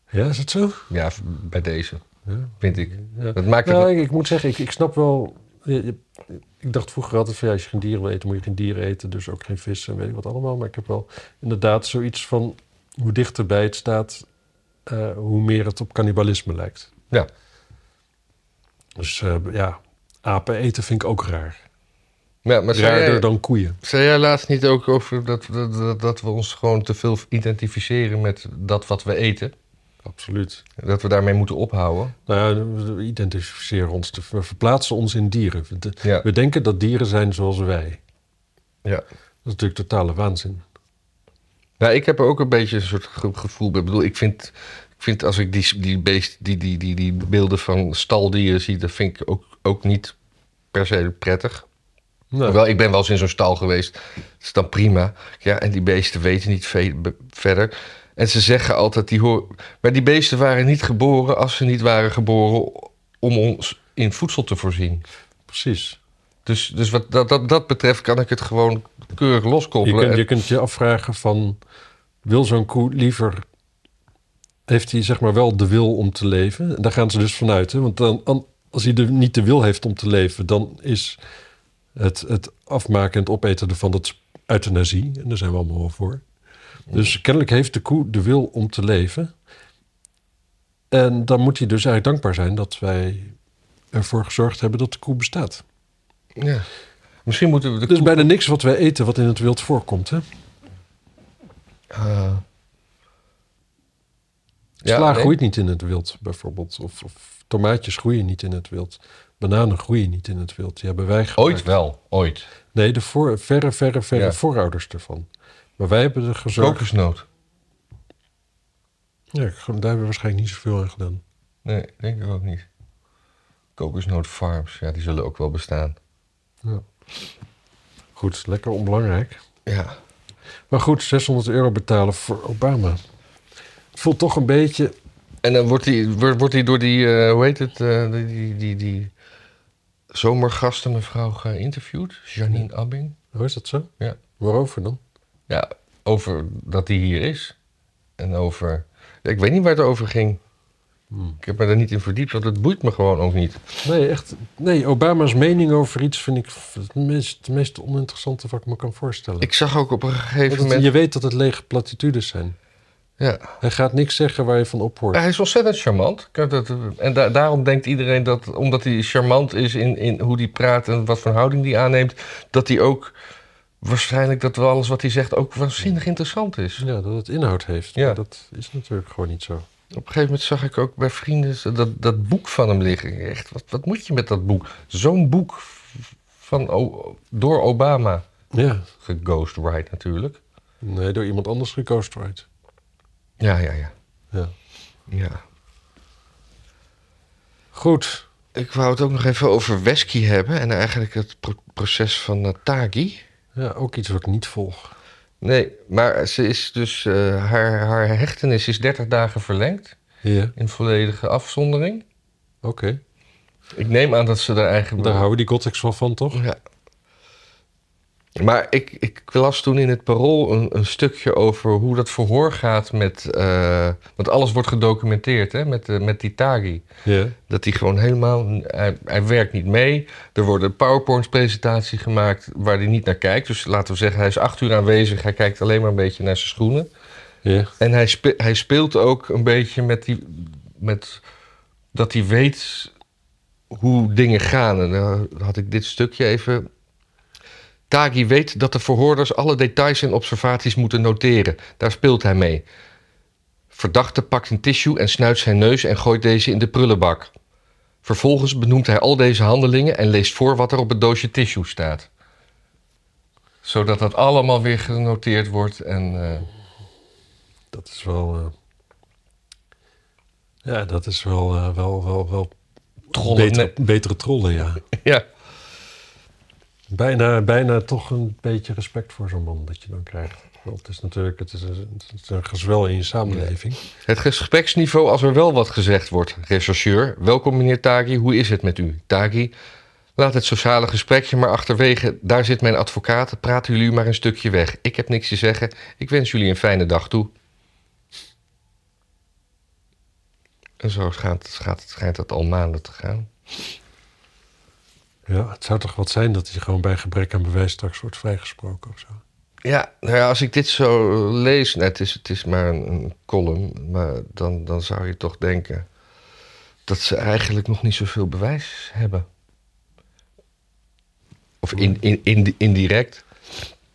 S1: Ja, is het zo?
S2: Ja, v- bij deze,
S1: Ja.
S2: vind ik.
S1: Ja.
S2: Dat maakt het...
S1: Nou, ik, ik moet zeggen, ik, ik snap wel. je- je- ik dacht vroeger altijd van ja, als je geen dieren wil eten, moet je geen dieren eten. Dus ook geen vis en weet ik wat allemaal. Maar ik heb wel inderdaad zoiets van hoe dichterbij het staat, eh, hoe meer het op cannibalisme lijkt.
S2: Ja.
S1: Dus eh, ja, apen eten vind ik ook raar.
S2: Ja, maar zei
S1: Raarder
S2: jij,
S1: dan koeien.
S2: zei jij laatst niet ook over dat, dat, dat- dat we ons gewoon te veel identificeren met dat wat we eten?
S1: Absoluut.
S2: Dat we daarmee moeten ophouden?
S1: Nou ja, we identificeren ons, te, we verplaatsen ons in dieren. We, de-
S2: Ja.
S1: we denken dat dieren zijn zoals wij.
S2: Ja.
S1: Dat is natuurlijk totale waanzin.
S2: Nou, ik heb er ook een beetje een soort ge- gevoel bij. Ik bedoel, ik vind, ik vind als ik die, die, beest, die, die, die, die beelden van staldieren zie, dat vind ik ook, ook niet per se prettig.
S1: Nou,
S2: Hoewel, ik ben wel eens in zo'n stal geweest. Dat is dan prima. Ja, en die beesten weten niet ve- be- verder. En ze zeggen altijd, die hoor... maar die beesten waren niet geboren als ze niet waren geboren om ons in voedsel te voorzien.
S1: precies.
S2: Dus, dus wat dat, dat, dat betreft kan ik het gewoon keurig
S1: Je
S2: loskoppelen.
S1: kunt, je kunt je afvragen van... wil zo'n koe liever... heeft hij zeg maar wel de wil om te leven? En daar gaan ze dus vanuit. Hè? Want dan, an- als hij de, niet de wil heeft om te leven... dan is het, het afmaken en het opeten ervan... dat is euthanasie. En daar zijn we allemaal wel voor. Dus kennelijk heeft de koe de wil om te leven. En dan moet hij dus eigenlijk dankbaar zijn... dat wij ervoor gezorgd hebben dat de koe bestaat.
S2: En- ja. Misschien moeten we de
S1: Er is bijna niks wat wij eten wat in het wild voorkomt, hè?
S2: Eh, ja,
S1: Sla
S2: nee.
S1: groeit niet in het wild, bijvoorbeeld. Of, of tomaatjes groeien niet in het wild. Bananen groeien niet in het wild. Die hebben wij
S2: Ooit
S1: gemaakt.
S2: wel, ooit.
S1: Nee, de voor, verre, verre, verre
S2: Ja.
S1: voorouders ervan. Maar wij hebben er gezorgd.
S2: Kokosnoot.
S1: Ja, daar hebben we waarschijnlijk niet zoveel aan gedaan.
S2: Nee, denk ik ook niet. Kokosnoot farms, ja, die zullen ook wel bestaan.
S1: Goed, lekker onbelangrijk.
S2: Ja.
S1: Maar goed, 600 euro betalen voor Obama. Het voelt toch een beetje.
S2: En dan wordt die, wordt, wordt die door die, eh, hoe heet het, eh, die, die, die, die zomergasten mevrouw geïnterviewd? Janine Abbing.
S1: Hoe is dat zo?
S2: Ja.
S1: Waarover dan?
S2: Ja, over dat hij hier is. En over, ja, ik weet niet waar het over ging.
S1: Hmm.
S2: Ik heb me daar niet in verdiept, want het boeit me gewoon ook niet.
S1: Nee, echt. Nee, Obama's mening over iets vind ik het meest, het meest oninteressante wat ik me kan voorstellen.
S2: Ik zag ook op een gegeven
S1: Want het-
S2: moment...
S1: je weet dat het lege platitudes zijn.
S2: Ja,
S1: Hij gaat niks zeggen waar je van ophoort.
S2: Hij is ontzettend charmant. Kijk, dat- En da- daarom denkt iedereen dat, omdat hij charmant is in, in hoe hij praat en wat voor houding hij aanneemt, dat hij ook waarschijnlijk dat wel alles wat hij zegt ook waanzinnig interessant is.
S1: Ja, dat het inhoud heeft.
S2: Ja.
S1: Maar dat is natuurlijk gewoon niet zo.
S2: Op een gegeven moment zag ik ook bij vrienden dat, dat boek van hem liggen. Echt, wat, wat moet je met dat boek? Zo'n boek van, O- door Obama,
S1: Ja.
S2: geghostwrite natuurlijk.
S1: Nee, door iemand anders gecoastwrite.
S2: Ja, ja, ja.
S1: Ja.
S2: ja.
S1: Goed.
S2: Ik wou het ook nog even over Wesky hebben en eigenlijk het pro- proces van Natagi.
S1: Ja, ook iets wat ik niet volg.
S2: Nee, maar ze is dus, eh, haar, haar hechtenis is 30 dagen verlengd
S1: Ja,
S2: in volledige afzondering.
S1: oké.
S2: Ik neem aan dat ze daar eigenlijk.
S1: Daar houden die gothics wel van, toch?
S2: Ja. Maar ik, ik las toen in het parool een, een stukje over hoe dat verhoor gaat met. eh, want alles wordt gedocumenteerd hè, met, eh, met die Tagi.
S1: Ja.
S2: Dat hij gewoon helemaal. Hij, hij werkt niet mee. Er wordt een PowerPoint-presentatie gemaakt waar hij niet naar kijkt. Dus laten we zeggen, hij is acht uur aanwezig. Hij kijkt alleen maar een beetje naar zijn schoenen.
S1: Ja.
S2: En hij, spe- hij speelt ook een beetje met die. Met, dat hij weet hoe dingen gaan. En dan had ik dit stukje even. Tagi weet dat de verhoorders alle details en observaties moeten noteren. Daar speelt hij mee. Verdachte pakt een tissue en snuit zijn neus en gooit deze in de prullenbak. Vervolgens benoemt hij al deze handelingen en leest voor wat er op het doosje tissue staat. Zodat dat allemaal weer genoteerd wordt en. eh,
S1: Dat is wel... eh, Ja, dat is wel, eh, wel, wel, wel...
S2: Trollen,
S1: betere, betere trollen, ja.
S2: Ja.
S1: Bijna, bijna toch een beetje respect voor zo'n man dat je dan krijgt. Want het is natuurlijk het is een, het is een gezwel in je samenleving.
S2: Het gespreksniveau als er wel wat gezegd wordt, rechercheur. Welkom meneer Taghi, hoe is het met u? Taghi, laat het sociale gesprekje maar achterwege. Daar zit mijn advocaat, praten jullie maar een stukje weg. Ik heb niks te zeggen, ik wens jullie een fijne dag toe. En zo schijnt, schijnt, schijnt dat al maanden te gaan.
S1: Ja, het zou toch wat zijn dat hij gewoon bij gebrek aan bewijs straks wordt vrijgesproken of zo.
S2: Ja, nou ja, als ik dit zo lees, nou, het, is, het is maar een, een column, maar dan, dan zou je toch denken dat ze eigenlijk nog niet zoveel bewijs hebben. Of in, in, in, indirect.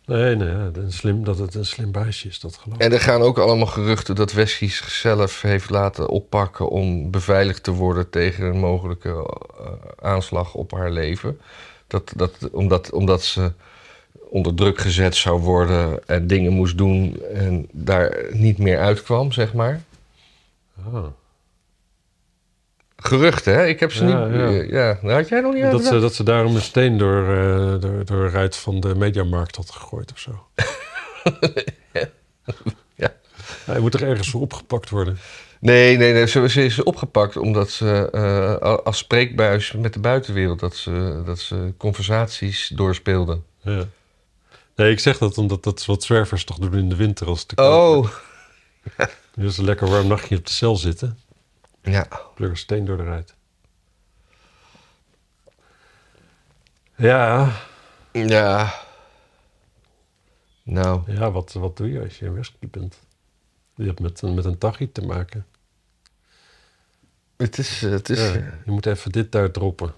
S1: Nee, nee, ja, een slim, dat het een slim baasje is, dat geloof ik.
S2: En er gaan ook allemaal geruchten dat Wesky zichzelf heeft laten oppakken om beveiligd te worden tegen een mogelijke eh, aanslag op haar leven. Dat, dat, omdat, omdat ze onder druk gezet zou worden en dingen moest doen en daar niet meer uitkwam, zeg maar.
S1: Ah.
S2: Geruchten, hè? Ik heb ze
S1: Ja,
S2: niet.
S1: ja.
S2: Ja. Nou, had jij nog niet
S1: Dat
S2: uitgedacht?
S1: ze, dat ze daarom een steen door, eh door, door Ruit van de Mediamarkt had gegooid of zo.
S2: Ja.
S1: Hij moet er ergens voor opgepakt worden.
S2: Nee, nee, nee. Ze, ze is opgepakt omdat ze eh, a- als spreekbuis met de buitenwereld dat ze, dat ze conversaties doorspeelde.
S1: Ja. Nee, ik zeg dat omdat dat is wat zwervers toch doen in de winter als het te koud wordt.
S2: Oh!
S1: Dus een lekker warm nachtje op de cel zitten.
S2: Ja.
S1: Pleur een steen door de ruit. Ja,
S2: Ja. Nou,
S1: ja wat, wat doe je als je een whisky bent? Je hebt met, een- met een tachi te maken.
S2: het is. eh, Het is
S1: Ja, je moet even dit daar droppen.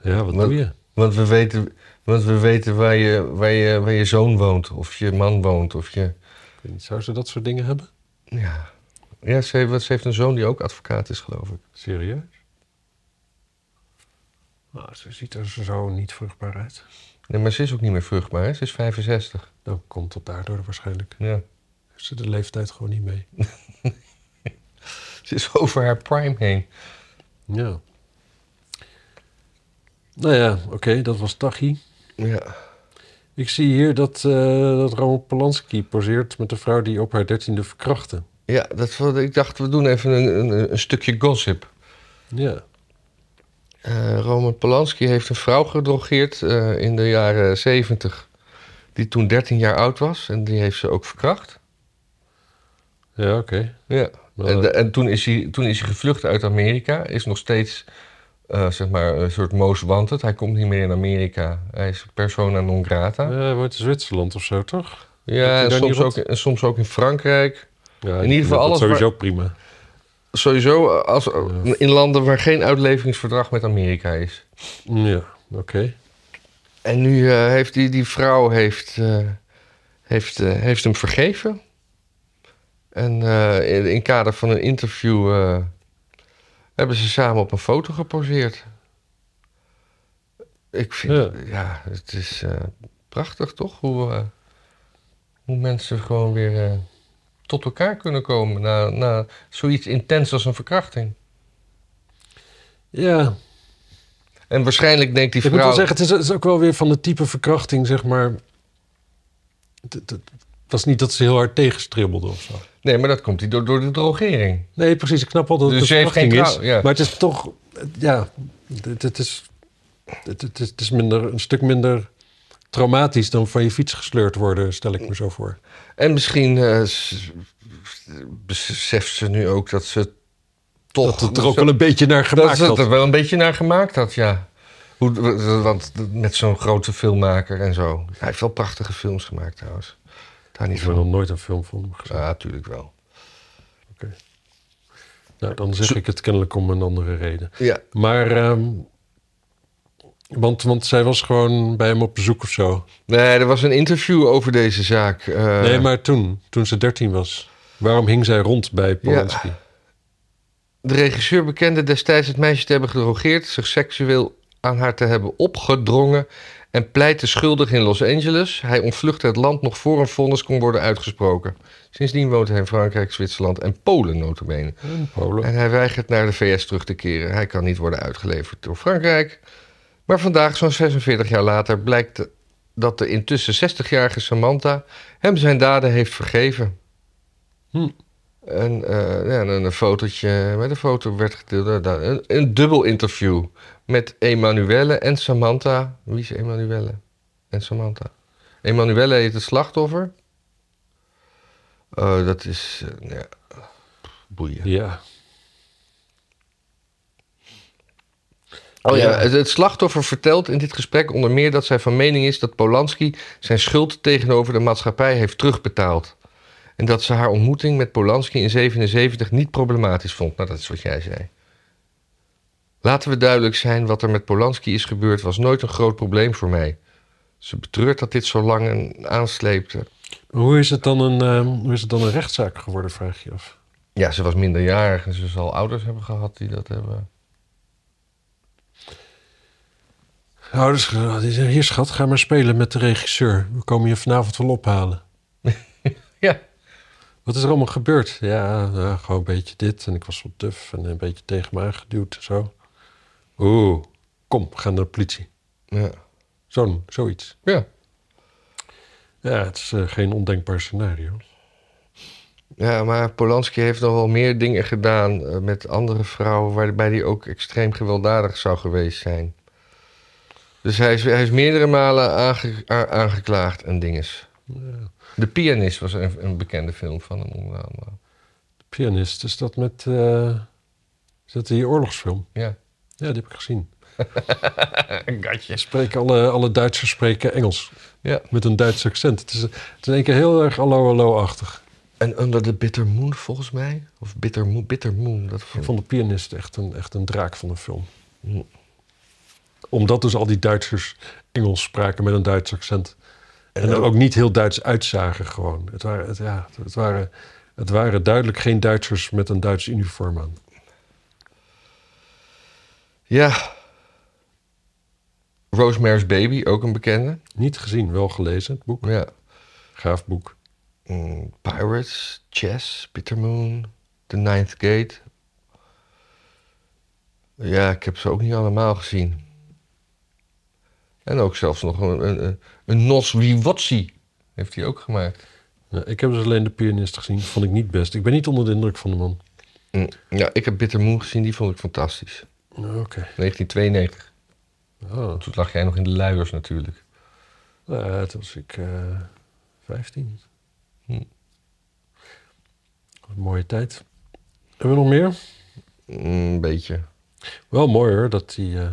S1: Ja, wat
S2: Wat-
S1: doe je?
S2: Want we weten, want we weten waar, je, waar, je, waar je zoon woont, of je man woont, of je.
S1: Ik weet niet, zou ze dat soort dingen hebben?
S2: Ja. Ja, ze heeft, ze heeft een zoon die ook advocaat is, geloof ik.
S1: Serieus? Nou, ze ziet er zo niet vruchtbaar uit.
S2: Nee, maar ze is ook niet meer vruchtbaar, hè? ze is 65.
S1: Dan Nou, komt het daardoor waarschijnlijk.
S2: Ja.
S1: Heeft ze de leeftijd gewoon niet mee.
S2: Ze is over haar prime heen.
S1: Ja. Nou ja, oké, dat was Tachi.
S2: Ja.
S1: Ik zie hier dat, eh, dat Roman Polanski poseert met de vrouw die op haar dertiende verkrachtte.
S2: Ja, dat, wilde- ik dacht, we doen even een, een, een stukje gossip.
S1: Ja.
S2: Eh, Roman Polanski heeft een vrouw gedrogeerd eh, in de jaren 70, die toen 13 jaar oud was en die heeft ze ook verkracht.
S1: Ja, oké.
S2: Ja.
S1: Maar,
S2: En, de- en toen, is hij, toen is hij gevlucht uit Amerika. Is nog steeds eh, zeg maar een soort most wanted. Hij komt niet meer in Amerika. Hij is persona non grata.
S1: eh, hij woont in Zwitserland of zo, toch? hij
S2: Ja, en
S1: daar
S2: soms,
S1: niet
S2: ook, en soms ook in Frankrijk.
S1: Ja,
S2: In ieder geval
S1: dat
S2: alles
S1: sowieso prima.
S2: Sowieso eh, als, in landen waar geen uitleveringsverdrag met Amerika is.
S1: Mm, Ja, oké.
S2: En nu eh, heeft die, die vrouw heeft, eh, heeft, eh, heeft hem vergeven. En eh, in, in kader van een interview eh, hebben ze samen op een foto geposeerd. Ik vind,
S1: Ja.
S2: ja, het is eh, prachtig toch? Hoe, eh, hoe mensen gewoon weer eh, tot elkaar kunnen komen na, na zoiets intens als een verkrachting.
S1: Ja,
S2: En waarschijnlijk denkt die
S1: ik moet wel
S2: vrouw...
S1: zeggen, het is, het is ook wel weer van het type verkrachting, zeg maar. Het, het- het was niet dat ze heel hard tegenstribbelde of zo.
S2: Nee, maar dat komt die door, door de drogering.
S1: Nee, precies. Ik snap wel dat het
S2: Dus
S1: een
S2: je heeft
S1: verkrachting
S2: geen
S1: is.
S2: trouw, ja.
S1: Maar het is toch... Ja, het, het is, het, het is, het is minder, een stuk minder traumatisch dan van je fiets gesleurd worden, stel ik me zo voor.
S2: En misschien eh, s- beseft ze nu ook dat ze toch...
S1: dat het er ook wel een beetje naar
S2: dat
S1: gemaakt
S2: ze het
S1: had.
S2: er wel een beetje naar gemaakt had, ja. Hoe, want met zo'n grote filmmaker en zo. Hij heeft wel prachtige films gemaakt trouwens. Daar niet
S1: Ik ben
S2: van.
S1: nog nooit een film van hem gezien.
S2: Ja, natuurlijk wel.
S1: Nou, dan zeg ik het kennelijk om een andere reden.
S2: Ja,
S1: Maar... ehm, want, want zij was gewoon bij hem op bezoek of zo.
S2: nee, er was een interview over deze zaak. eh,
S1: nee, maar toen, toen ze 13 was. Waarom hing zij rond bij Polanski?
S2: De regisseur bekende destijds het meisje te hebben gedrogeerd, zich seksueel aan haar te hebben opgedrongen en pleitte schuldig in Los Angeles. Hij ontvluchtte het land nog voor een vonnis kon worden uitgesproken. Sindsdien woont hij in Frankrijk, Zwitserland en Polen notabene.
S1: In Polen.
S2: En hij weigert naar de VS terug te keren. Hij kan niet worden uitgeleverd door Frankrijk. Maar vandaag, zo'n 46 jaar later, blijkt dat de intussen 60-jarige Samantha hem zijn daden heeft vergeven.
S1: Hm.
S2: En eh, ja, een, een fotootje met een foto werd gedeeld. eh, Een, een dubbel interview met Emanuelle en Samantha. Wie is Emanuelle? En Samantha. Emanuelle heet het slachtoffer. Eh, dat is. eh, ja, boeien.
S1: Ja.
S2: Oh ja,
S1: Ja.
S2: het, het slachtoffer vertelt in dit gesprek onder meer dat zij van mening is dat Polanski zijn schuld tegenover de maatschappij heeft terugbetaald. En dat ze haar ontmoeting met Polanski in 77 niet problematisch vond. Nou, dat is wat jij zei. Laten we duidelijk zijn, wat er met Polanski is gebeurd was nooit een groot probleem voor mij. Ze betreurt dat dit zo lang een- aansleepte.
S1: Hoe is, het dan een, ehm, hoe is het dan een rechtszaak geworden, vraag je af.
S2: Ja, ze was minderjarig en ze zal ouders hebben gehad die dat hebben.
S1: Ouders, eh, die zeggen, hier schat, ga maar spelen met de regisseur. We komen je vanavond wel ophalen.
S2: Ja.
S1: Wat is er allemaal gebeurd? Ja, nou, gewoon een beetje dit. En ik was wat duf en een beetje tegen me aangeduwd en zo. Oeh, kom, we gaan naar de politie.
S2: Ja.
S1: Zo'n, zoiets.
S2: ja.
S1: Ja, het is eh, geen ondenkbaar scenario.
S2: Ja, maar Polanski heeft nog wel meer dingen gedaan eh, met andere vrouwen waarbij hij ook extreem gewelddadig zou geweest zijn. Dus hij is, hij is meerdere malen aange- a- aangeklaagd en dinges. De Pianist was een, een bekende film van hem onder andere.
S1: De pianist, is dat met... eh, is dat die oorlogsfilm?
S2: Ja.
S1: Ja, die heb ik gezien.
S2: Gatje.
S1: Spreken alle, alle Duitsers spreken Engels.
S2: Ja.
S1: Met een Duits accent. Het is, het is in één keer heel erg allo-allo-achtig.
S2: En Under the Bitter Moon volgens mij. Of Bitter Moon, Bitter Moon. Dat
S1: Ik
S2: vond...
S1: vond de pianist echt een, echt een draak van een film.
S2: Hm.
S1: Omdat dus al die Duitsers Engels spraken met een Duits accent. En
S2: En
S1: er
S2: ook-
S1: ook niet heel Duits uitzagen gewoon. Het waren, het, ja, het waren, het waren duidelijk geen Duitsers met een Duits uniform aan.
S2: Ja. Rosemary's Baby, ook een bekende.
S1: Niet gezien, wel gelezen, het boek.
S2: Ja.
S1: Gaaf boek.
S2: Mm, Pirates, Chess, Bittermoon, The Ninth Gate. Ja, ik heb ze ook niet allemaal gezien. En ook zelfs nog een, een, een- een Nos Wiwotsi heeft hij ook gemaakt.
S1: Ja, ik heb dus alleen de pianist gezien, vond ik niet best. Ik ben niet onder de indruk van de man.
S2: Mm, Ja, ik heb Bittermoon gezien, die vond ik fantastisch.
S1: Oké.
S2: 1992.
S1: Oh,
S2: Toen lag jij nog in de luiers natuurlijk.
S1: nou, toen was ik eh 15.
S2: Hm.
S1: Wat Een mooie tijd. Hebben we nog meer?
S2: Mm, Een beetje.
S1: Wel mooi hoor, dat die... eh,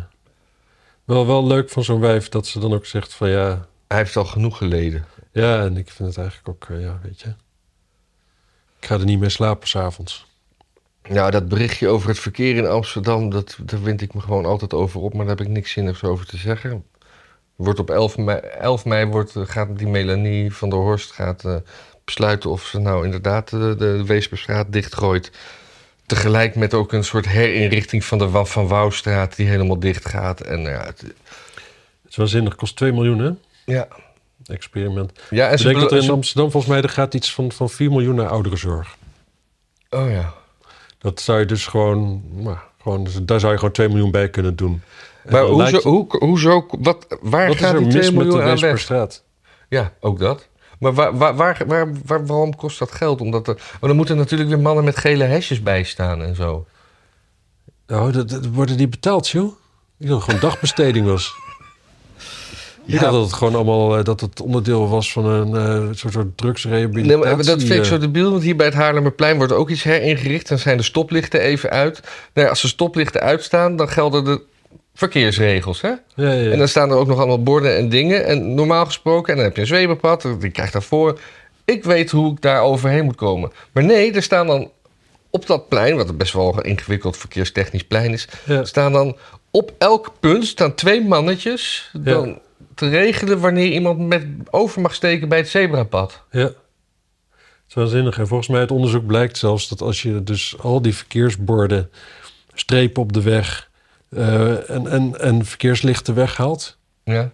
S1: wel, wel leuk van zo'n wijf dat ze dan ook zegt van ja...
S2: Hij heeft al genoeg geleden.
S1: Ja, en ik vind het eigenlijk ook, eh, ja, weet je... Ik ga er niet mee slapen s'avonds.
S2: Nou, dat berichtje over het verkeer in Amsterdam, dat, daar wind ik me gewoon altijd over op, maar daar heb ik niks zinnigs over te zeggen. Wordt op 11 mei, 11 mei wordt, eh, gaat die Melanie van der Horst gaat, eh, besluiten of ze nou inderdaad de, de Weesperstraat dichtgooit. Tegelijk met ook een soort herinrichting van de Wa- Van Wouwstraat die helemaal dicht gaat. En, ja, het-
S1: Het is waanzinnig, kost 2 miljoen hè,
S2: ja.
S1: experiment.
S2: ja, en
S1: Ik
S2: ze
S1: denk dat er
S2: belo-
S1: in Amsterdam volgens mij er gaat iets van, van 4 miljoen naar ouderenzorg.
S2: Oh ja.
S1: Dat zou je dus gewoon, nou, gewoon dus daar zou je gewoon 2 miljoen bij kunnen doen. En
S2: Maar
S1: dan
S2: hoezo,
S1: lijkt-
S2: hoe, hoezo wat, waar
S1: wat is
S2: gaat
S1: er
S2: die
S1: mis
S2: 2
S1: met de
S2: miljoen aan weg?
S1: Weesperstraat?
S2: Ja, ook dat. Maar waar, waar, waar, waar, waar- waarom kost dat geld? Omdat er, oh, dan moeten natuurlijk weer mannen met gele hesjes bij staan en zo.
S1: Oh, dat, dat- worden die betaald, joh? Ik dacht dat het gewoon dagbesteding was. Ik
S2: Ja.
S1: dacht dat het gewoon allemaal eh, dat het onderdeel was van een eh, soort, soort
S2: Nee,
S1: drugsrehabilitatie.
S2: maar dat vind ik
S1: eh.
S2: zo debiel, want hier bij het Haarlemmerplein wordt ook iets heringericht. Dan zijn de stoplichten even uit. Nou ja, als de stoplichten uitstaan, dan gelden de verkeersregels. Hè?
S1: Ja, ja, ja.
S2: En dan staan er ook nog allemaal borden en dingen. En normaal gesproken, en dan heb je een zweepenpad, die krijgt daarvoor. Ik weet hoe ik daar overheen moet komen. Maar nee, er staan dan op dat plein, wat best wel een ingewikkeld verkeerstechnisch plein is,
S1: Ja.
S2: staan dan op elk punt staan twee mannetjes dan
S1: Ja.
S2: te regelen wanneer iemand met over mag steken bij het zebrapad.
S1: Ja. Het is waanzinnig. En volgens mij het onderzoek blijkt zelfs dat als je dus al die verkeersborden, strepen op de weg eh, en, en, en verkeerslichten weghaalt,
S2: Ja.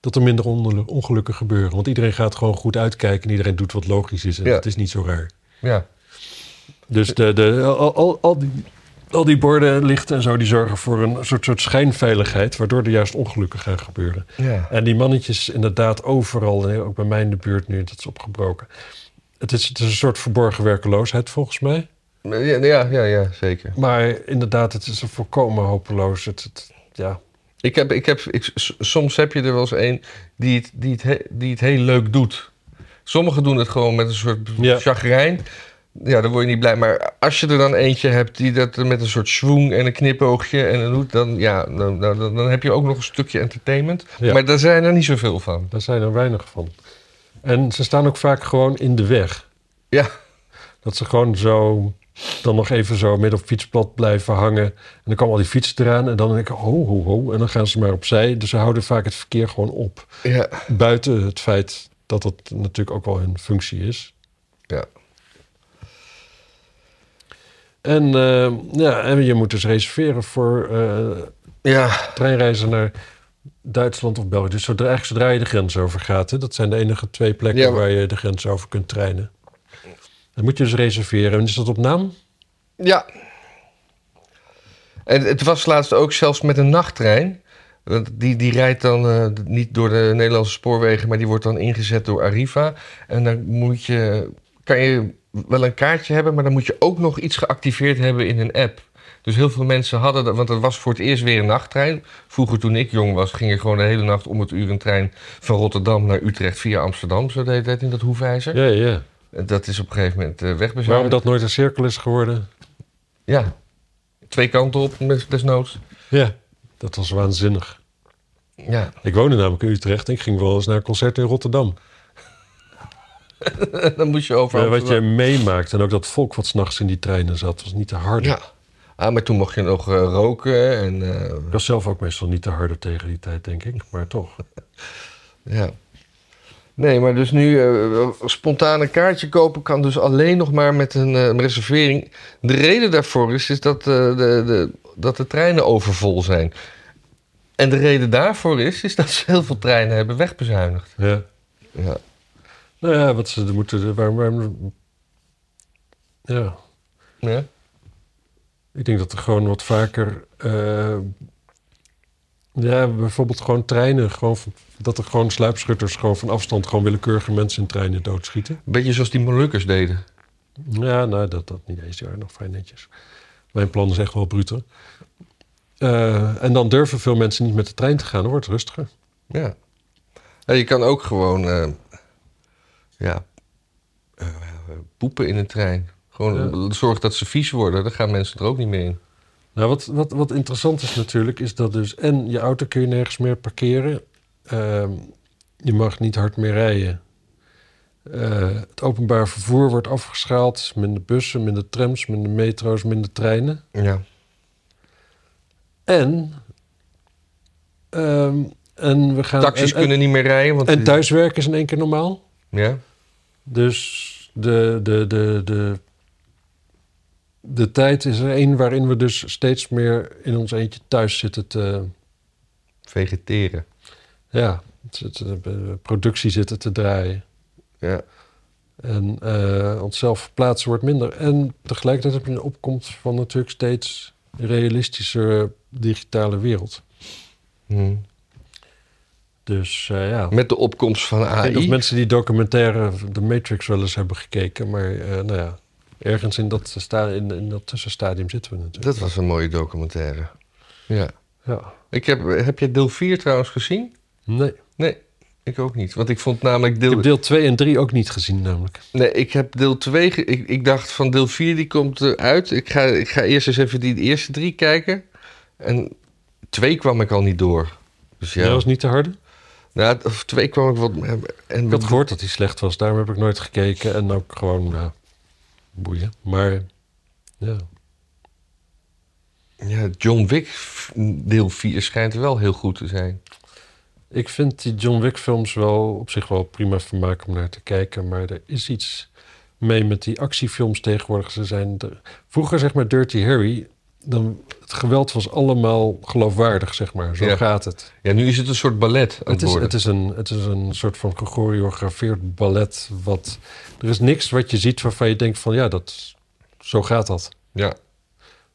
S1: dat er minder onlu- ongelukken gebeuren. Want iedereen gaat gewoon goed uitkijken en iedereen doet wat logisch is. En
S2: Ja.
S1: dat is niet zo raar.
S2: Ja.
S1: Dus de, de, al, al, al die, al die borden, lichten en zo, die zorgen voor een soort, soort schijnveiligheid, waardoor er juist ongelukken gaan gebeuren.
S2: Ja.
S1: En die mannetjes inderdaad overal, en ook bij mij in de buurt nu, dat is opgebroken. Het is, het is een soort verborgen werkeloosheid volgens mij.
S2: Ja, ja, ja, ja, zeker.
S1: Maar inderdaad, het is een volkomen hopeloos. Het, het- ja.
S2: Ik heb, ik heb, ik, s- soms heb je er wel eens een die het, die, het he- die het heel leuk doet. Sommigen doen het gewoon met een soort
S1: Ja.
S2: chagrijn. Ja, dan word je niet blij. Maar als je er dan eentje hebt die dat met een soort schwung en een knipoogje en een hoed, dan, ja, dan, dan, dan- dan heb je ook nog een stukje entertainment.
S1: Ja.
S2: Maar daar zijn er niet zoveel van.
S1: Daar zijn er weinig van. En ze staan ook vaak gewoon in de weg.
S2: Ja,
S1: Dat ze gewoon zo dan nog even zo midden op het fietspad blijven hangen. En dan komen al die fietsen eraan en dan denk ik ho, ho, ho. En dan gaan ze maar opzij. Dus ze houden vaak het verkeer gewoon op.
S2: ja.
S1: Buiten het feit dat dat natuurlijk ook wel hun functie is.
S2: Ja.
S1: En, eh, ja, en je moet dus reserveren voor eh,
S2: ja.
S1: treinreizen naar Duitsland of België. Dus zodra, eigenlijk zodra je de grens over gaat. Hè, dat zijn de enige twee plekken
S2: Ja, maar-
S1: waar je de grens over kunt treinen. Dan moet je dus reserveren. En is dat op naam?
S2: Ja. En het was laatst ook zelfs met een nachttrein. Want Die, die rijdt dan eh, niet door de Nederlandse spoorwegen, maar die wordt dan ingezet door Arriva. En dan moet je, kan je wel een kaartje hebben, maar dan moet je ook nog iets geactiveerd hebben in een app. Dus heel veel mensen hadden dat, want dat was voor het eerst weer een nachttrein. Vroeger toen ik jong was, ging er gewoon de hele nacht om het uur een trein van Rotterdam naar Utrecht via Amsterdam. Zo deed dat in dat hoefijzer.
S1: Ja, ja.
S2: En Dat is op een gegeven moment eh wegbezuinigd.
S1: Waarom dat nooit een cirkel is geworden?
S2: Ja. Twee kanten op, des- desnoods.
S1: Ja, dat was waanzinnig.
S2: Ja.
S1: Ik woonde namelijk in Utrecht en ik ging wel eens naar een concert in Rotterdam.
S2: Dan moet je over.
S1: Maar wat je
S2: Amsterdam.
S1: meemaakt en ook dat volk wat s'nachts in die treinen zat, was niet te hard.
S2: Ja. Ah, maar toen mocht je nog eh, roken en... eh,
S1: Ik was zelf ook meestal niet te harder tegen die tijd, denk ik. Maar toch.
S2: ja. Nee, maar dus nu eh, spontaan een kaartje kopen kan dus alleen nog maar met een eh, reservering. De reden daarvoor is, is dat, eh, de, de, dat de treinen overvol zijn. En de reden daarvoor is, is dat ze heel veel treinen hebben wegbezuinigd.
S1: Ja.
S2: Ja.
S1: Nou ja, wat ze moeten... Waarom, waarom, ja,
S2: Ja?
S1: Ik denk dat er gewoon wat vaker. eh, ja, bijvoorbeeld gewoon treinen. Gewoon, van- dat er gewoon sluipschutters gewoon van afstand gewoon willekeurige mensen in treinen doodschieten.
S2: Beetje zoals die Molukkers deden.
S1: Ja, nou, dat, dat niet eens. Die waren nog vrij netjes. Mijn plan is echt wel bruter. Eh, en dan durven veel mensen niet met de trein te gaan. Dan wordt het rustiger.
S2: Ja. Ja, je kan ook gewoon eh, ja, eh, poepen in een trein. Gewoon zorg dat ze vies worden. Dan gaan mensen er ook niet meer in.
S1: Nou, wat, wat, wat interessant is natuurlijk, is dat dus... en je auto kun je nergens meer parkeren. Ehm, je mag niet hard meer rijden. Eh, het openbaar vervoer wordt afgeschaald. Minder bussen, minder trams, minder metro's, minder treinen.
S2: Ja.
S1: En, ehm, en we gaan...
S2: Taxis
S1: en, en-
S2: kunnen niet meer rijden. Want
S1: En thuiswerken is in één keer normaal.
S2: Ja.
S1: Dus de, de, de, de, de tijd is er één waarin we dus steeds meer in ons eentje thuis zitten te...
S2: Vegeteren.
S1: Ja, het- het- de productie zitten te draaien.
S2: Ja.
S1: En eh, onszelf verplaatsen wordt minder. En tegelijkertijd heb je een opkomst van natuurlijk steeds realistische digitale wereld.
S2: Hm.
S1: Dus eh, ja.
S2: Met de opkomst van
S1: Ik denk dat
S2: AI.
S1: mensen die documentaire The Matrix wel eens hebben gekeken. Maar eh, nou ja, ergens in dat, sta- in, in dat tussenstadium zitten we natuurlijk.
S2: Dat was een mooie documentaire. Ja.
S1: Ja.
S2: Ik heb, heb je deel 4 trouwens gezien?
S1: Nee.
S2: Nee, ik ook niet. Want ik vond namelijk
S1: Ik
S2: deel...
S1: heb deel 2 en 3 ook niet gezien namelijk.
S2: Nee, ik heb deel 2. Ik, ik dacht van deel 4 die komt eruit. Ik ga, ik ga eerst eens even die eerste drie kijken. En 2 kwam ik al niet door. Dus ja,
S1: Dat was niet te harde.
S2: nou, of 2 kwam ik wat. En
S1: Ik had gehoord dat hij slecht was. Daarom heb ik nooit gekeken. En ook gewoon, ja, boeien. Maar, ja.
S2: ja, John Wick f- deel 4 schijnt wel heel goed te zijn.
S1: Ik vind die John Wick films wel op zich wel prima vermaak om naar te kijken. Maar er is iets mee met die actiefilms tegenwoordig. Ze zijn de- vroeger zeg maar Dirty Harry. Dan, het geweld was allemaal geloofwaardig, zeg maar. Zo
S2: Ja.
S1: gaat het.
S2: Ja, nu is het een soort ballet aan het,
S1: Het is,
S2: worden.
S1: het, is een, het is een soort van gechoreografeerd ballet. Wat, er is niks wat je ziet waarvan je denkt van ja, dat, zo gaat dat.
S2: Ja,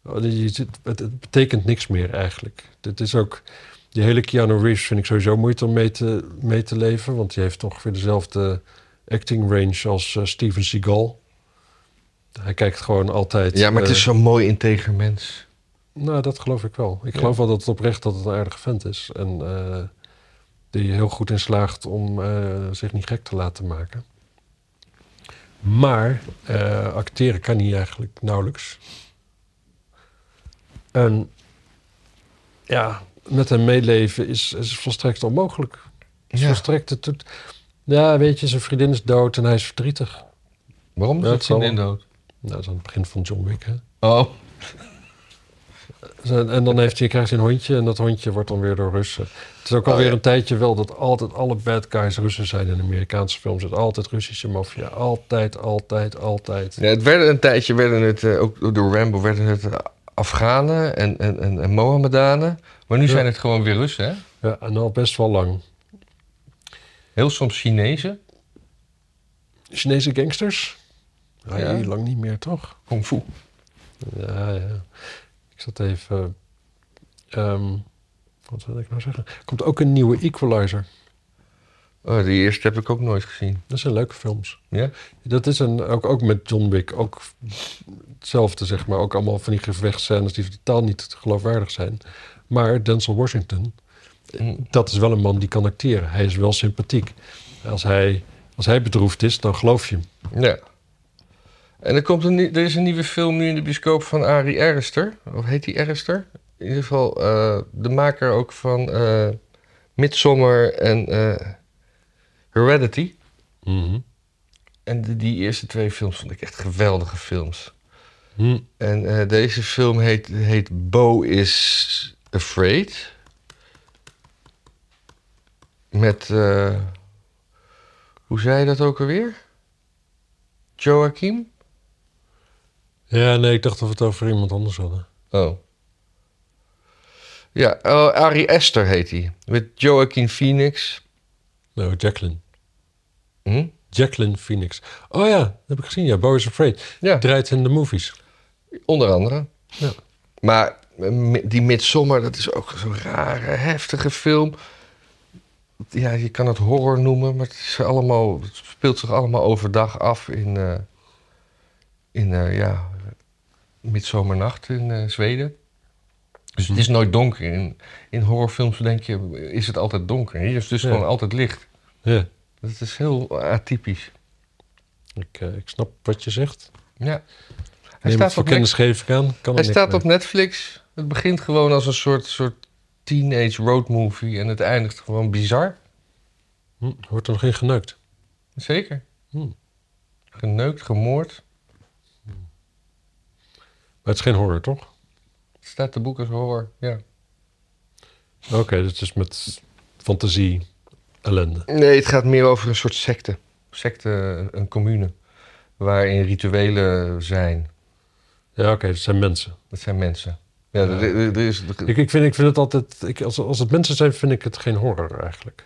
S1: Je Oh, zit- Het, het betekent niks meer eigenlijk. Dit is ook. Die hele Keanu Reeves vind ik sowieso moeite om mee te, mee te leven. Want die heeft ongeveer dezelfde acting range als eh, Steven Seagal. Hij kijkt gewoon altijd.
S2: Ja, maar het
S1: eh,
S2: is zo'n mooi integer mens.
S1: Nou, dat geloof ik wel. Ik
S2: Ja.
S1: geloof wel dat het oprecht dat het een aardige vent is. En eh, die heel goed in slaagt om eh, zich niet gek te laten maken. Maar eh, acteren kan hij eigenlijk nauwelijks. En ja, met hem meeleven is, is volstrekt onmogelijk. Is
S2: Ja.
S1: Volstrekt, het doet- ja, weet je, zijn vriendin is dood en hij is verdrietig.
S2: Waarom
S1: Ja,
S2: is
S1: het
S2: het
S1: zal
S2: in dood?
S1: Nou, dat is aan het begin van John Wick, hè?
S2: Oh,
S1: Dus, En en dan heeft hij, krijgt hij een hondje en dat hondje wordt dan weer door Russen. Het is ook
S2: Oh,
S1: alweer
S2: ja.
S1: een tijdje wel dat altijd alle bad guys Russen zijn in Amerikaanse films. Het altijd Russische maffia. Altijd, altijd, altijd.
S2: Ja, het werden een tijdje, werden het, eh, ook door Rambo, werden het eh, Afghanen en, en, en, en Mohammedanen. Maar nu
S1: Ja.
S2: zijn het gewoon weer Russen, hè?
S1: Ja, en al best wel lang.
S2: Heel soms Chinezen.
S1: Chinese gangsters? Ja,
S2: Ja.
S1: heel lang niet meer, toch?
S2: Kung Fu.
S1: Ja, ja. Ik zat even... ehm, wat wil ik nou zeggen? Er komt ook een nieuwe Equalizer.
S2: Oh, die eerste heb ik ook nooit gezien.
S1: Dat zijn leuke films.
S2: Ja?
S1: Dat is een, ook, ook met John Wick, ook hetzelfde zeg maar. Ook allemaal van die gevechtscènes die totaal niet geloofwaardig zijn. Maar Denzel Washington,
S2: Hm.
S1: dat is wel een man die kan acteren. Hij is wel sympathiek. Als hij, als hij bedroefd is, dan geloof je hem.
S2: Ja. En er, komt een, nie- er is een nieuwe film nu in de bioscoop van Ari Erster. Of heet die Erster? In ieder geval eh, de maker ook van eh Midsommar en eh, Heredity.
S1: Mhm.
S2: En de- die eerste twee films vond ik echt geweldige films.
S1: Hm.
S2: En eh, deze film heet, heet Bo is Afraid. Met, eh, hoe zei je dat ook alweer? Joachim?
S1: Ja, nee, ik dacht dat we het over iemand anders hadden.
S2: Oh. Ja, eh, Ari Esther heet hij. Met Joaquin Phoenix.
S1: Nou, Jacqueline.
S2: Hm?
S1: Jacqueline Phoenix. Oh ja, dat heb ik gezien. Ja, Bo is Afraid.
S2: Ja,
S1: Draait in de movies.
S2: onder andere.
S1: Ja.
S2: Maar eh, mi- die Midsommar, dat is ook zo'n rare, heftige film. Ja, je kan het horror noemen, maar het, is allemaal, het speelt zich allemaal overdag af in, eh in eh, ja, midzomernacht in eh, Zweden. Dus het is nooit donker. In, in horrorfilms denk je, is het altijd donker. Hier is het dus
S1: Ja.
S2: gewoon altijd licht.
S1: Ja,
S2: Dat is heel atypisch.
S1: ik, eh, ik snap wat je zegt.
S2: Ja. Hij,
S1: Neem het
S2: staat
S1: voor
S2: op, Net-
S1: kennis geef ik aan. Kan
S2: hij
S1: er niks
S2: staat
S1: mee.
S2: op Netflix. Het begint gewoon als een soort, soort teenage road movie en het eindigt gewoon bizar.
S1: Hm, wordt er nog in geneukt.
S2: Zeker.
S1: Hm.
S2: Geneukt, gemoord.
S1: Maar het is geen horror, toch?
S2: Het staat te boek als horror. Ja.
S1: Oké, dus het is met fantasie, ellende.
S2: Nee, het gaat meer over een soort secte. Secte, een commune. Waarin rituelen zijn.
S1: Ja, oké, het zijn mensen.
S2: Dat zijn mensen. Ja,
S1: Ja.
S2: Er, er- er is, er-
S1: Ik, ik, vind, ik vind het altijd... Ik, als, als het mensen zijn, vind ik het geen horror eigenlijk.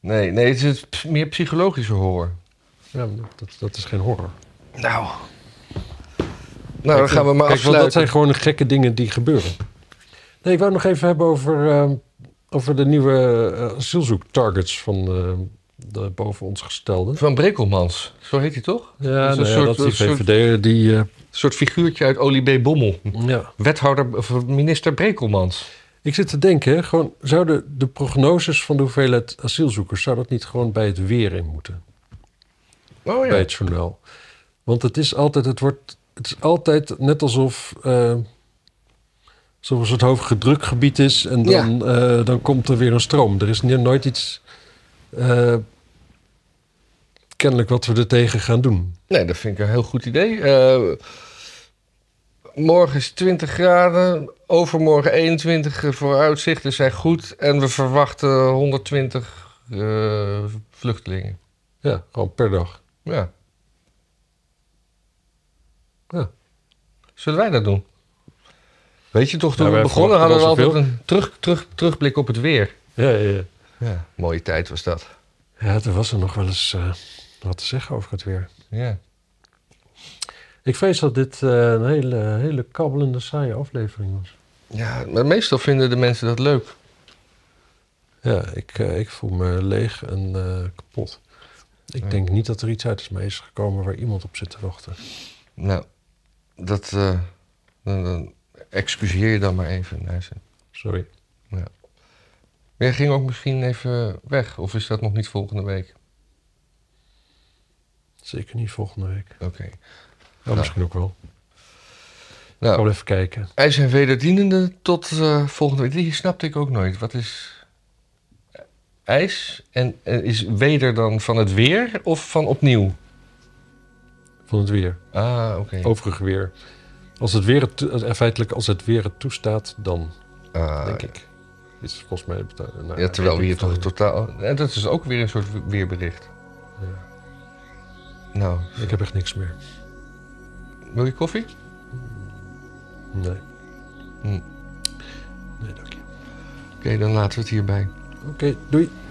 S2: nee, nee, het is ps- meer psychologische horror.
S1: Ja, maar dat, dat is geen horror.
S2: Nou. Nou, dan
S1: Kijk,
S2: gaan we maar
S1: kijk, want dat
S2: afsluiten.
S1: zijn gewoon gekke dingen die gebeuren. Nee, ik wou het nog even hebben over, eh, over de nieuwe eh, asielzoektargets van eh, de boven ons gestelde.
S2: Van Brekelmans, zo heet hij toch?
S1: Ja,
S2: is een
S1: nou ja,
S2: soort-
S1: dat is die
S2: een soort-
S1: VVD'er die... eh,
S2: Een soort figuurtje uit Olie B. Bommel.
S1: ja.
S2: Wethouder, of minister Brekelmans.
S1: Ik zit te denken, hè, gewoon, zouden de prognoses van de hoeveelheid asielzoekers... zou dat niet gewoon bij het weer in moeten?
S2: Oh
S1: bij het journaal. Want het is altijd, het wordt, het is altijd net alsof, eh alsof het hoofd drukgebied is en dan, eh, dan komt er weer een stroom. Er is ne- nooit iets eh, kennelijk wat we er tegen gaan doen.
S2: Nee, dat vind ik een heel goed idee. Eh, morgen is 20 graden, overmorgen 21. De Vooruitzichten zijn goed en we verwachten 120 eh, vluchtelingen.
S1: Ja, gewoon per dag.
S2: Ja.
S1: Ja.
S2: Zullen wij dat doen? Weet je toch, toen
S1: Nou,
S2: we
S1: wij
S2: begonnen hadden
S1: verwachten
S2: we
S1: wel
S2: altijd een terug, terug, terugblik op het weer.
S1: Ja, ja, ja.
S2: Ja. Mooie tijd was dat.
S1: ja, er was er nog wel eens eh, wat te zeggen over het weer.
S2: Ja.
S1: Ik vrees dat dit eh, een hele, hele kabbelende, saaie aflevering was.
S2: Ja, maar meestal vinden de mensen dat leuk.
S1: Ja, ik, eh, ik voel me leeg en eh, kapot. Ik
S2: Ja.
S1: denk niet dat er iets uit is mij is gekomen waar iemand op zit te wachten.
S2: Nou, dat. eh, dan, dan excuseer je dan maar even. Nijssen.
S1: Sorry.
S2: Maar jij ging ook misschien even weg, of is dat nog niet volgende week?
S1: Zeker niet volgende week.
S2: Oké.
S1: Ja, misschien ook wel. Ik
S2: Nou,
S1: ga wel even kijken.
S2: Hij zijn wederdienende tot eh, volgende week. Die snapte ik ook nooit. Wat is ijs? En eh, is weder dan van het weer of van opnieuw?
S1: Van het weer.
S2: Ah, oké.
S1: Overig weer. Als het weer het, to- eh, feitelijk als het weer het toestaat, dan
S2: Ah,
S1: denk ik. Is volgens mij. de beta- nou,
S2: Ja, terwijl we hier
S1: weet ik
S2: toch
S1: veel.
S2: totaal... En dat is ook weer een soort weerbericht.
S1: Ja.
S2: Nou,
S1: Ik heb echt niks meer.
S2: wil je koffie?
S1: Nee.
S2: Hm.
S1: Nee, dank je.
S2: Oké, dan laten we het hierbij.
S1: Oké, doei.